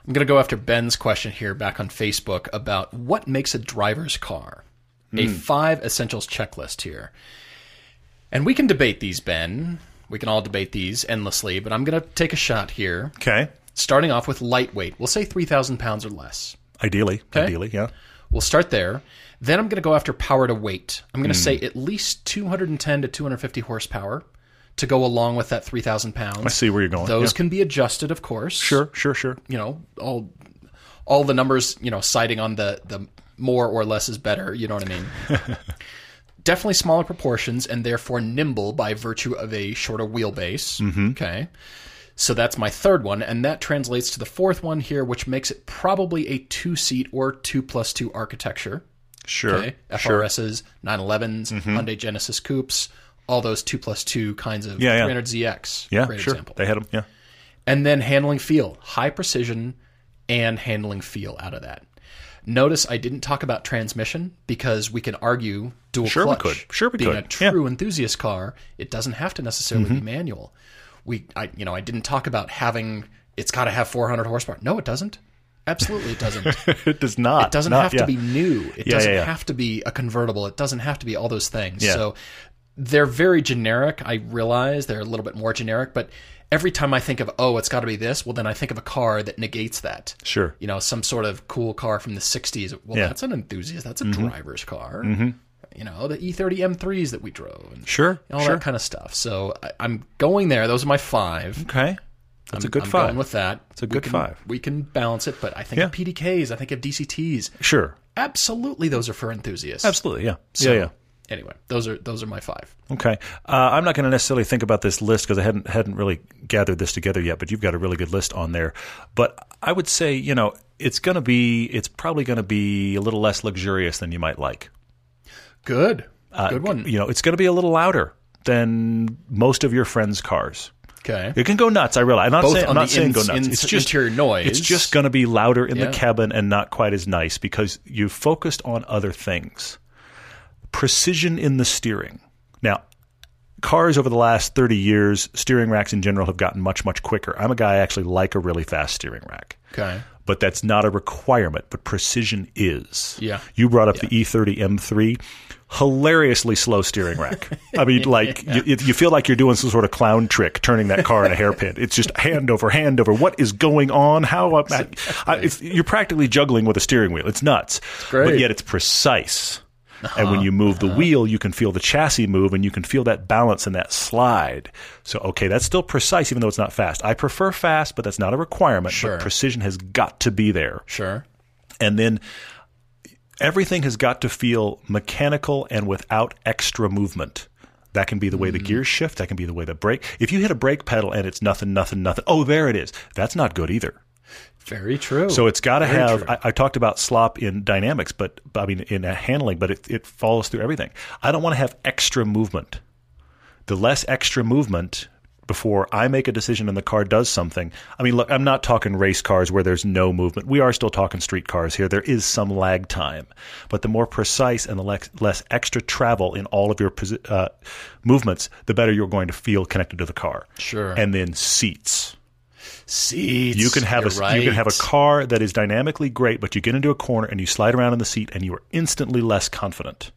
[SPEAKER 1] I'm going to go after Ben's question here back on Facebook about what makes a driver's car. A five essentials checklist here. And we can debate these, Ben. We can all debate these endlessly, but I'm going to take a shot here.
[SPEAKER 2] Okay,
[SPEAKER 1] Starting off with lightweight. We'll say 3,000 pounds or less.
[SPEAKER 2] ideally, ideally, yeah.
[SPEAKER 1] We'll start there. Then I'm going to go after power to weight. I'm
[SPEAKER 2] Hmm.
[SPEAKER 1] going to say at least 210 to 250 horsepower to go along with that 3,000 pounds. I
[SPEAKER 2] see where you're going,
[SPEAKER 1] Those
[SPEAKER 2] yeah.
[SPEAKER 1] can be adjusted, of course.
[SPEAKER 2] Sure, sure, sure.
[SPEAKER 1] You know, all all the numbers, you know, citing on the the more or less is better. You know what I mean? Definitely smaller proportions and therefore nimble by virtue of a shorter wheelbase.
[SPEAKER 2] Mm-hmm.
[SPEAKER 1] Okay. So that's my third one, and that translates to the fourth one here, which makes it probably a two seat or two plus two architecture.
[SPEAKER 2] Sure. Mm-hmm.
[SPEAKER 1] Okay. FRSs, 911s, Hyundai Genesis coupes, all those 2 plus 2 kinds of
[SPEAKER 2] Yeah, yeah.
[SPEAKER 1] 300ZX.
[SPEAKER 2] Yeah,
[SPEAKER 1] great
[SPEAKER 2] sure.
[SPEAKER 1] example.
[SPEAKER 2] They had them. Yeah.
[SPEAKER 1] And then handling feel, high precision and handling feel out of that. Notice I didn't talk about transmission because we can argue dual
[SPEAKER 2] Sure we
[SPEAKER 1] clutch.
[SPEAKER 2] could. Sure we
[SPEAKER 1] Being
[SPEAKER 2] could. Mm-hmm.
[SPEAKER 1] a true enthusiast car, it doesn't have to necessarily be manual. We, I, you know, I didn't talk about having. It's got to have 400 horsepower. No, it doesn't. Absolutely, it doesn't.
[SPEAKER 2] it does not.
[SPEAKER 1] It doesn't
[SPEAKER 2] not-
[SPEAKER 1] have
[SPEAKER 2] yeah.
[SPEAKER 1] to be new. It
[SPEAKER 2] Yeah,
[SPEAKER 1] doesn't
[SPEAKER 2] yeah, yeah.
[SPEAKER 1] have to be a convertible. It doesn't have to be all those things.
[SPEAKER 2] Yeah.
[SPEAKER 1] So they're very generic. I realize they're a little bit more generic, but every time I think of oh, it's got to be this, well then I think of a car that negates that.
[SPEAKER 2] Sure.
[SPEAKER 1] You know, some sort of cool car from the '60s. Well,
[SPEAKER 2] Yeah. Mm-hmm.
[SPEAKER 1] that's an enthusiast. That's a driver's car. You know, the E E30 M3s that we drove. And
[SPEAKER 2] Sure.
[SPEAKER 1] All
[SPEAKER 2] sure.
[SPEAKER 1] that kind of stuff. So I, I'm going there. Those are my five.
[SPEAKER 2] okay. That's a good
[SPEAKER 1] I'm
[SPEAKER 2] five.
[SPEAKER 1] going with that. It's
[SPEAKER 2] a good five.
[SPEAKER 1] We can balance it, but I think of
[SPEAKER 2] Yeah.
[SPEAKER 1] PDKs. I think of DCTs.
[SPEAKER 2] sure.
[SPEAKER 1] Absolutely, those are for enthusiasts.
[SPEAKER 2] Absolutely. Yeah.
[SPEAKER 1] So,
[SPEAKER 2] yeah. Yeah.
[SPEAKER 1] Anyway, those are those are my five.
[SPEAKER 2] Okay, uh, I'm not going to necessarily think about this list because I hadn't hadn't really gathered this together yet. But you've got a really good list on there. But I would say, you know, it's going to be it's probably going to be a little less luxurious than you might like.
[SPEAKER 1] Good,
[SPEAKER 2] Uh,
[SPEAKER 1] good one.
[SPEAKER 2] You know, it's going to be a little louder than most of your friends' cars.
[SPEAKER 1] Okay,
[SPEAKER 2] It can go nuts. I realize. I'm not
[SPEAKER 1] Both
[SPEAKER 2] saying, I'm
[SPEAKER 1] on
[SPEAKER 2] not
[SPEAKER 1] the
[SPEAKER 2] saying go
[SPEAKER 1] ins-
[SPEAKER 2] nuts.
[SPEAKER 1] ins-
[SPEAKER 2] it's just
[SPEAKER 1] interior noise.
[SPEAKER 2] It's just going to be louder in
[SPEAKER 1] Yeah.
[SPEAKER 2] the cabin and not quite as nice because you focused on other things. Precision in the steering. Now, cars over the last 30 years, steering racks in general have gotten much, much quicker. I'm a guy I actually like a really fast steering rack.
[SPEAKER 1] Okay.
[SPEAKER 2] But that's not a requirement, but precision is.
[SPEAKER 1] Yeah.
[SPEAKER 2] You brought up the E E30 M3, hilariously slow steering rack. I mean, like, you, it- you feel like you're doing some sort of clown trick turning that car in a hairpin. It's just hand over hand over. What is going on? How am I, I, it's, you're practically juggling with a steering wheel. It's nuts.
[SPEAKER 1] great. Uh-huh.
[SPEAKER 2] But yet it's precise. And when you move the wheel, you can feel the chassis move and you can feel that balance and that slide. So, okay, that's still precise, even though it's not fast. I prefer fast, but that's not a requirement.
[SPEAKER 1] Sure.
[SPEAKER 2] But precision has got to be there.
[SPEAKER 1] Sure.
[SPEAKER 2] And then everything has got to feel mechanical and without extra movement. That can be the way the gears shift. That can be the way the brake. If you hit a brake pedal and it's nothing, nothing, nothing, oh, there it is. That's not good either.
[SPEAKER 1] Very true.
[SPEAKER 2] So it's got to have.
[SPEAKER 1] true.
[SPEAKER 2] I, I talked about slop in dynamics, but I mean in uh, handling, but it, it follows through everything. I don't want to have extra movement. The less extra movement before I make a decision and the car does something. I mean, look, I'm not talking race cars where there's no movement. We are still talking street cars here. There is some lag time, but the more precise and the lex- less extra travel in all of your posi- uh, movements, the better you're going to feel connected to the car.
[SPEAKER 1] Sure.
[SPEAKER 2] And then seats.
[SPEAKER 1] seats.
[SPEAKER 2] You can have a
[SPEAKER 1] You're
[SPEAKER 2] you can have a
[SPEAKER 1] right.
[SPEAKER 2] car that is dynamically great, but you get into a corner and you slide around in the seat and you are instantly less confident.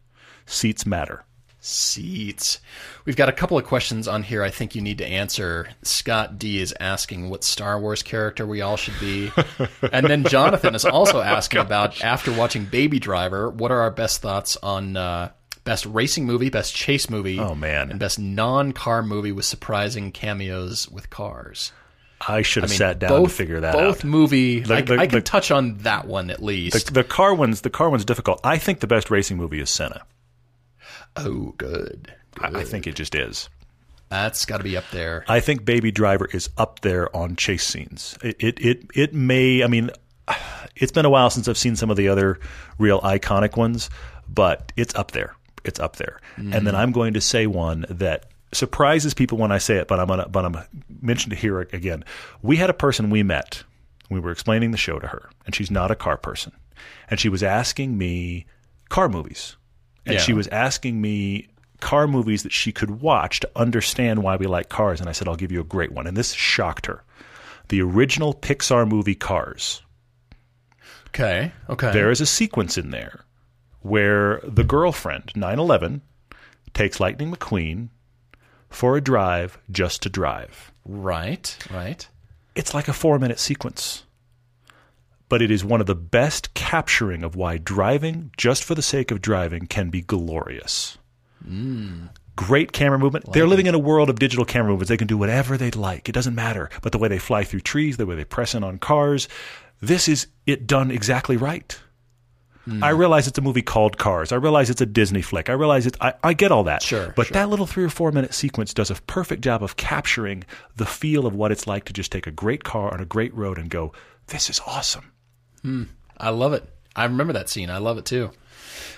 [SPEAKER 2] Seats matter.
[SPEAKER 1] seats. We've got a couple of questions on here I think you need to answer. Scott D is asking what Star Wars character we all should be. and then Jonathan is also asking
[SPEAKER 2] Oh,
[SPEAKER 1] about after watching Baby Driver, what are our best thoughts on uh, best racing movie, best chase movie,
[SPEAKER 2] Oh, man.
[SPEAKER 1] and best non-car movie with surprising cameos with cars.
[SPEAKER 2] I should have
[SPEAKER 1] I mean,
[SPEAKER 2] sat down to figure that
[SPEAKER 1] both
[SPEAKER 2] out.
[SPEAKER 1] movie, I,
[SPEAKER 2] the-
[SPEAKER 1] I can
[SPEAKER 2] the-
[SPEAKER 1] touch on that one at least.
[SPEAKER 2] The car one's the car one's difficult. I think the best racing movie is Senna.
[SPEAKER 1] oh, good.
[SPEAKER 2] I, I think it just is.
[SPEAKER 1] That's got to be up there.
[SPEAKER 2] I think Baby Driver is up there on chase scenes. It it it, it may. I mean, it's been a while since I've seen some of the other real iconic ones, but it's up there. It's up there. And then I'm going to say one that surprises people when I say it, but I'm gonna but I'm gonna mention it here again. We had a person we met. We were explaining the show to her, and she's not a car person, and she was asking me car movies, and
[SPEAKER 1] Yeah.
[SPEAKER 2] she was asking me car movies that she could watch to understand why we like cars. And I said, I'll give you a great one, and this shocked her. The original Pixar movie Cars
[SPEAKER 1] Okay. Okay.
[SPEAKER 2] there is a sequence in there where the girlfriend, 911, takes Lightning McQueen for a drive just to drive.
[SPEAKER 1] Right. Right.
[SPEAKER 2] It's like a four minute sequence. But it is one of the best capturing of why driving, just for the sake of driving, can be glorious. Great camera movement. They're living in a world of digital camera movements. They can do whatever they'd like. It doesn't matter. But the way they fly through trees, the way they press in on cars, this is it done exactly right. I realize it's a movie called Cars. I realize it's a Disney flick. I realize it's I, I get all that.
[SPEAKER 1] Sure,
[SPEAKER 2] But that little three or four minute sequence does a perfect job of capturing the feel of what it's like to just take a great car on a great road and go, This is awesome.
[SPEAKER 1] I love it. I remember that scene. I love it too.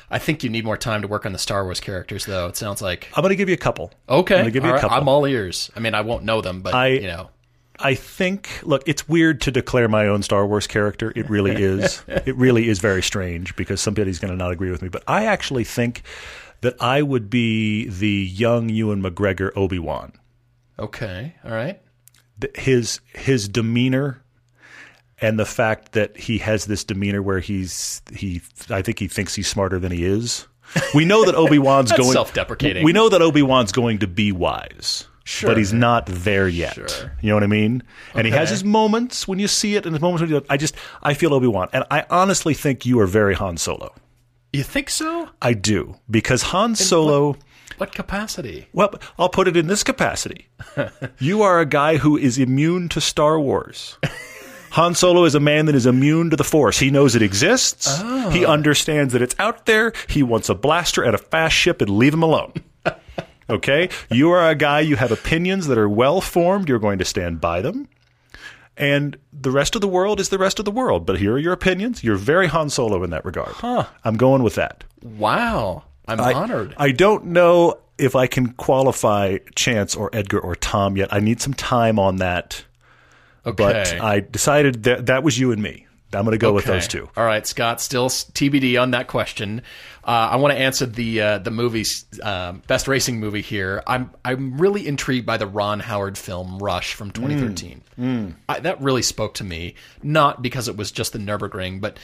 [SPEAKER 1] I think you need more time to work on the Star Wars characters, though. It sounds like
[SPEAKER 2] I'm gonna give you a couple.
[SPEAKER 1] okay.
[SPEAKER 2] I'm gonna give you
[SPEAKER 1] all
[SPEAKER 2] a
[SPEAKER 1] right,
[SPEAKER 2] couple.
[SPEAKER 1] I'm all ears. I mean, I won't know them, but
[SPEAKER 2] I-
[SPEAKER 1] you know,
[SPEAKER 2] I think, look, it's weird to declare my own Star Wars character. It really is. it really is very strange because somebody's going to not agree with me. But I actually think that I would be the young Ewan McGregor Obi Wan.
[SPEAKER 1] okay, all right,
[SPEAKER 2] His his demeanor and the fact that he has this demeanor where he's he I think he thinks he's smarter than he is. We know that Obi Wan's going
[SPEAKER 1] self-deprecating.
[SPEAKER 2] We know that Obi Wan's going to be wise.
[SPEAKER 1] Sure.
[SPEAKER 2] But he's not there yet. You know what I mean? And he has his moments when you see it and his moments when you don't. I just I feel Obi Wan. And I honestly think you are very Han Solo.
[SPEAKER 1] you think so?
[SPEAKER 2] I do. Because Han Solo
[SPEAKER 1] What capacity?
[SPEAKER 2] well, I'll put it in this capacity. you are a guy who is immune to Star Wars. Han Solo is a man that is immune to the Force. He knows it exists. He understands that it's out there. He wants a blaster and a fast ship and leave him alone. Okay? You are a guy, you have opinions that are well formed. You're going to stand by them. And the rest of the world is the rest of the world. But here are your opinions. You're very Han Solo in that regard. Huh. I'm going with that.
[SPEAKER 1] Wow, I'm honored.
[SPEAKER 2] I don't know if I can qualify Chance or Edgar or Tom yet. I need some time on that.
[SPEAKER 1] Okay,
[SPEAKER 2] But I decided that that was you and me. I'm going to go with
[SPEAKER 1] Okay.
[SPEAKER 2] those two.
[SPEAKER 1] All right, Scott. Still s- TBD on that question. Uh, I want to answer the uh, the movie's um, best racing movie here. I'm I'm really intrigued by the Ron Howard film Rush from
[SPEAKER 2] Hmm.
[SPEAKER 1] 2013. I, that really spoke to me, not because it was just the Nurburgring, but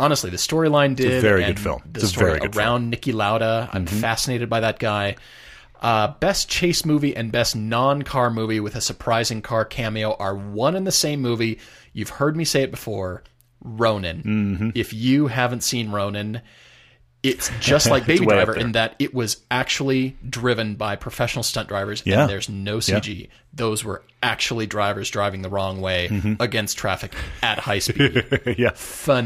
[SPEAKER 1] honestly, the storyline did.
[SPEAKER 2] very
[SPEAKER 1] and
[SPEAKER 2] good film.
[SPEAKER 1] The
[SPEAKER 2] It's a
[SPEAKER 1] story
[SPEAKER 2] very good film.
[SPEAKER 1] around Nicky Lauda. I'm
[SPEAKER 2] Mm-hmm.
[SPEAKER 1] fascinated by that guy. Uh, best chase movie and best non car movie with a surprising car cameo are one and the same movie. You've heard me say it before Ronin.
[SPEAKER 2] Mm-hmm.
[SPEAKER 1] If you haven't seen Ronin, it's just like Baby
[SPEAKER 2] way up
[SPEAKER 1] Driver
[SPEAKER 2] there.
[SPEAKER 1] in that it was actually driven by professional stunt drivers
[SPEAKER 2] Yeah.
[SPEAKER 1] and there's no CG. Those were actually drivers driving the wrong way against traffic at high speed
[SPEAKER 2] Mm-hmm. yeah.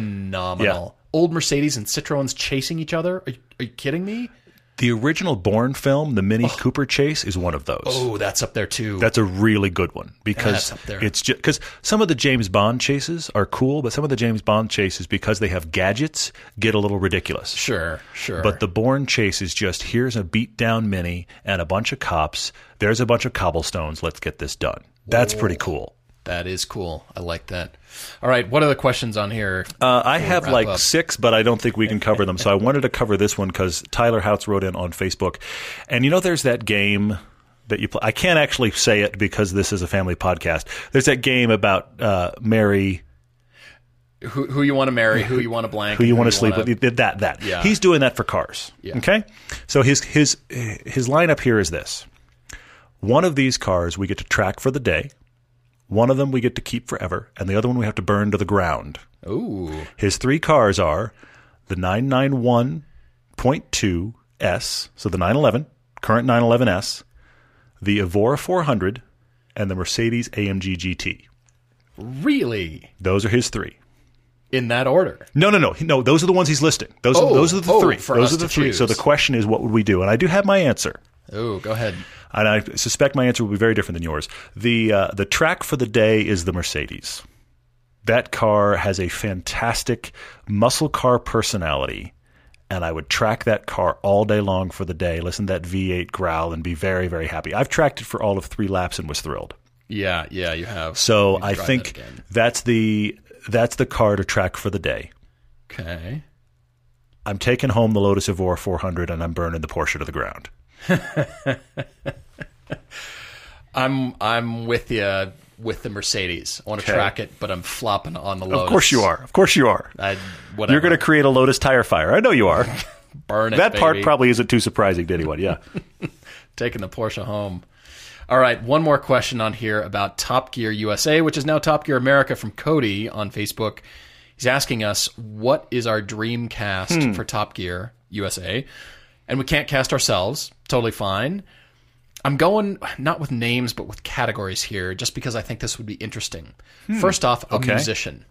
[SPEAKER 1] phenomenal. Old Mercedes and Citroens chasing each other. Are you, are you kidding me?
[SPEAKER 2] The original Bourne film, the Mini Cooper chase, is one of those.
[SPEAKER 1] Oh, that's up there too.
[SPEAKER 2] That's a really good one
[SPEAKER 1] that's
[SPEAKER 2] because
[SPEAKER 1] up there.
[SPEAKER 2] it's just because some of the James Bond chases are cool, but some of the James Bond chases because they have gadgets get a little ridiculous.
[SPEAKER 1] sure, sure.
[SPEAKER 2] But the Bourne chase is just here's a beat down mini and a bunch of cops. There's a bunch of cobblestones. Let's get this done. That's pretty cool.
[SPEAKER 1] that is cool. I like that. All right, what are the questions on here?
[SPEAKER 2] Uh, I have like
[SPEAKER 1] up.
[SPEAKER 2] six, but I don't think we can cover them. So I wanted to cover this one because Tyler Houts wrote in on Facebook, and you know, there's that game that you play. I can't actually say it because this is a family podcast. There's that game about uh, Mary.
[SPEAKER 1] who, who you want to marry? Who you want to blank?
[SPEAKER 2] who you want to sleep
[SPEAKER 1] wanna-
[SPEAKER 2] with. Did that that.
[SPEAKER 1] Yeah.
[SPEAKER 2] He's doing that for cars.
[SPEAKER 1] Yeah.
[SPEAKER 2] Okay? So his his his lineup here is this. One of these cars we get to track for the day. One of them we get to keep forever, and the other one we have to burn to the ground.
[SPEAKER 1] Ooh,
[SPEAKER 2] His three cars are the 991.2 S, so the 911, current 911 S, the Evora 400, and the Mercedes AMG GT.
[SPEAKER 1] really?
[SPEAKER 2] Those are his three.
[SPEAKER 1] In that order?
[SPEAKER 2] No, no, no, He- no. Those are the ones he's listing. Those,
[SPEAKER 1] Oh,
[SPEAKER 2] are, those are the
[SPEAKER 1] oh,
[SPEAKER 2] three.
[SPEAKER 1] for
[SPEAKER 2] those
[SPEAKER 1] us
[SPEAKER 2] are the
[SPEAKER 1] to
[SPEAKER 2] three. So the
[SPEAKER 1] choose.
[SPEAKER 2] question is, what would we do? And I do have my answer,
[SPEAKER 1] Oh, go ahead.
[SPEAKER 2] and I suspect my answer will be very different than yours. the uh, The track for the day is the Mercedes. That car has a fantastic muscle car personality, and I would track that car all day long for the day. Listen to that V8 growl and be very, very happy. I've tracked it for all of three laps and was thrilled.
[SPEAKER 1] Yeah, yeah, you have.
[SPEAKER 2] So I
[SPEAKER 1] tried
[SPEAKER 2] think
[SPEAKER 1] that again.
[SPEAKER 2] that's the that's the car to track for the day.
[SPEAKER 1] okay.
[SPEAKER 2] I'm taking home the Lotus Evora 400 and I'm burning the Porsche to the ground.
[SPEAKER 1] I'm I'm with you with the Mercedes. I want to track it, but I'm flopping on the Lotus.
[SPEAKER 2] Of course you are. Of course you are.
[SPEAKER 1] I, whatever.
[SPEAKER 2] You're going to create a Lotus tire fire. I know you are.
[SPEAKER 1] burn it.
[SPEAKER 2] that part
[SPEAKER 1] baby.
[SPEAKER 2] probably isn't too surprising to anyone. Yeah.
[SPEAKER 1] taking the Porsche home. All right, one more question on here about Top Gear USA, which is now Top Gear America from Cody on Facebook. He's asking us, what is our dream cast
[SPEAKER 2] Hmm.
[SPEAKER 1] for Top Gear USA? And we can't cast ourselves. Totally fine. I'm going not with names, but with categories here, just because I think this would be interesting.
[SPEAKER 2] Hmm.
[SPEAKER 1] First off, a musician.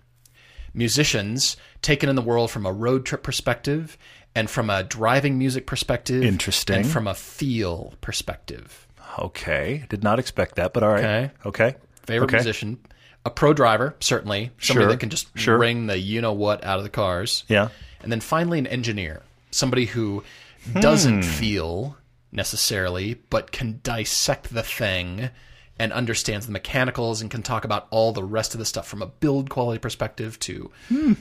[SPEAKER 1] Musicians taken in the world from a road trip perspective and from a driving music perspective.
[SPEAKER 2] Interesting.
[SPEAKER 1] And from a feel perspective.
[SPEAKER 2] okay. Did not expect that, but all right.
[SPEAKER 1] Okay.
[SPEAKER 2] Okay.
[SPEAKER 1] Favorite
[SPEAKER 2] Okay.
[SPEAKER 1] musician. A pro driver, certainly. Somebody
[SPEAKER 2] Sure.
[SPEAKER 1] that can just
[SPEAKER 2] Sure.
[SPEAKER 1] wring the you know what out of the cars.
[SPEAKER 2] Yeah.
[SPEAKER 1] And then finally, an engineer, somebody who doesn't feel necessarily, but can dissect the thing and understands the mechanicals and can talk about all the rest of the stuff from a build quality perspective too.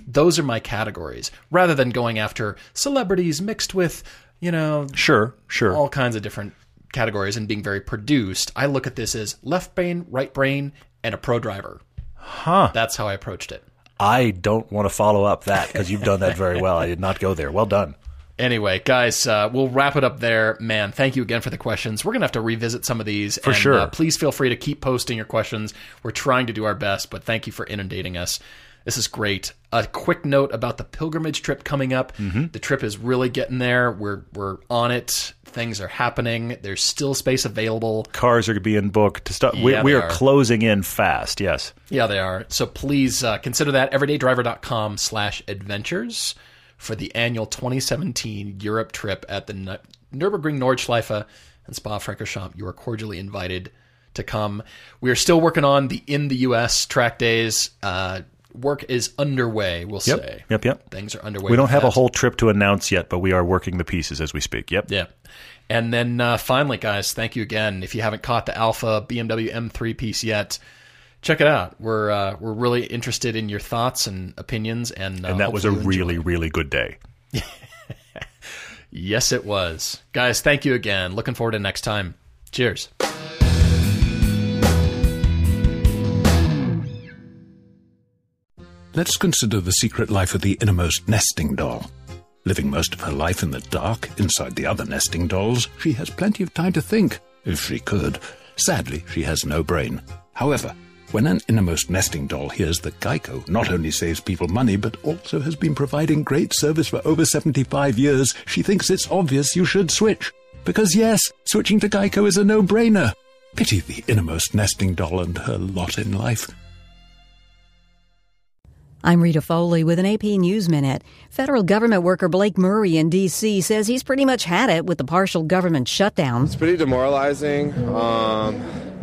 [SPEAKER 1] Those are my categories, rather than going after celebrities mixed with, you know,
[SPEAKER 2] Sure. Sure.
[SPEAKER 1] all kinds of different categories and being very produced. I look at this as left brain, right brain, and a pro driver. Huh. That's how I approached it.
[SPEAKER 2] I don't want to follow up that because you've done that very well. I did not go there. Well done.
[SPEAKER 1] Anyway, guys, uh, we'll wrap it up there. Man, thank you again for the questions. We're going to have to revisit some of these. For
[SPEAKER 2] sure.
[SPEAKER 1] Uh, please feel free to keep posting your questions. We're trying to do our best, but thank you for inundating us. This is great. A quick note about the pilgrimage trip coming up. The trip is really getting there. We're we're on it. Things are happening. There's still space available.
[SPEAKER 2] Cars are being booked to start. we,
[SPEAKER 1] Yeah,
[SPEAKER 2] we
[SPEAKER 1] they
[SPEAKER 2] are,
[SPEAKER 1] are.
[SPEAKER 2] closing in fast. Yes.
[SPEAKER 1] Yeah, they are. So please uh, consider that everydaydriver.com slash adventures for the annual 2017 Europe trip at the N- Nürburgring Nordschleife and Spa Francorchamps. You are cordially invited to come. We are still working on the in the U.S. track days. Uh, work is underway, we'll say.
[SPEAKER 2] Yep. Yep.
[SPEAKER 1] Things are underway.
[SPEAKER 2] We don't
[SPEAKER 1] with
[SPEAKER 2] have a
[SPEAKER 1] that.
[SPEAKER 2] whole trip to announce yet, but we are working the pieces as we speak. Yep.
[SPEAKER 1] Yeah. And then uh, finally, guys, thank you again. If you haven't caught the Alpha BMW M3 piece yet, check it out. We're uh, we're really interested in your thoughts and opinions, and uh,
[SPEAKER 2] And that was a
[SPEAKER 1] hopefully you enjoy-
[SPEAKER 2] really, really good day.
[SPEAKER 1] yes, it was, guys. Thank you again. Looking forward to next time. Cheers.
[SPEAKER 3] Let's consider the secret life of the innermost nesting doll. Living most of her life in the dark, inside the other nesting dolls, she has plenty of time to think, if she could. Sadly, she has no brain. However, when an innermost nesting doll hears that Geico not only saves people money, but also has been providing great service for over 75 years, she thinks it's obvious you should switch. Because yes, switching to Geico is a no-brainer. Pity the innermost nesting doll and her lot in life.
[SPEAKER 4] I'm Rita Foley with an AP News Minute. Federal government worker Blake Murray in D.C. says he's pretty much had it with the partial government shutdown.
[SPEAKER 5] it's pretty demoralizing, um,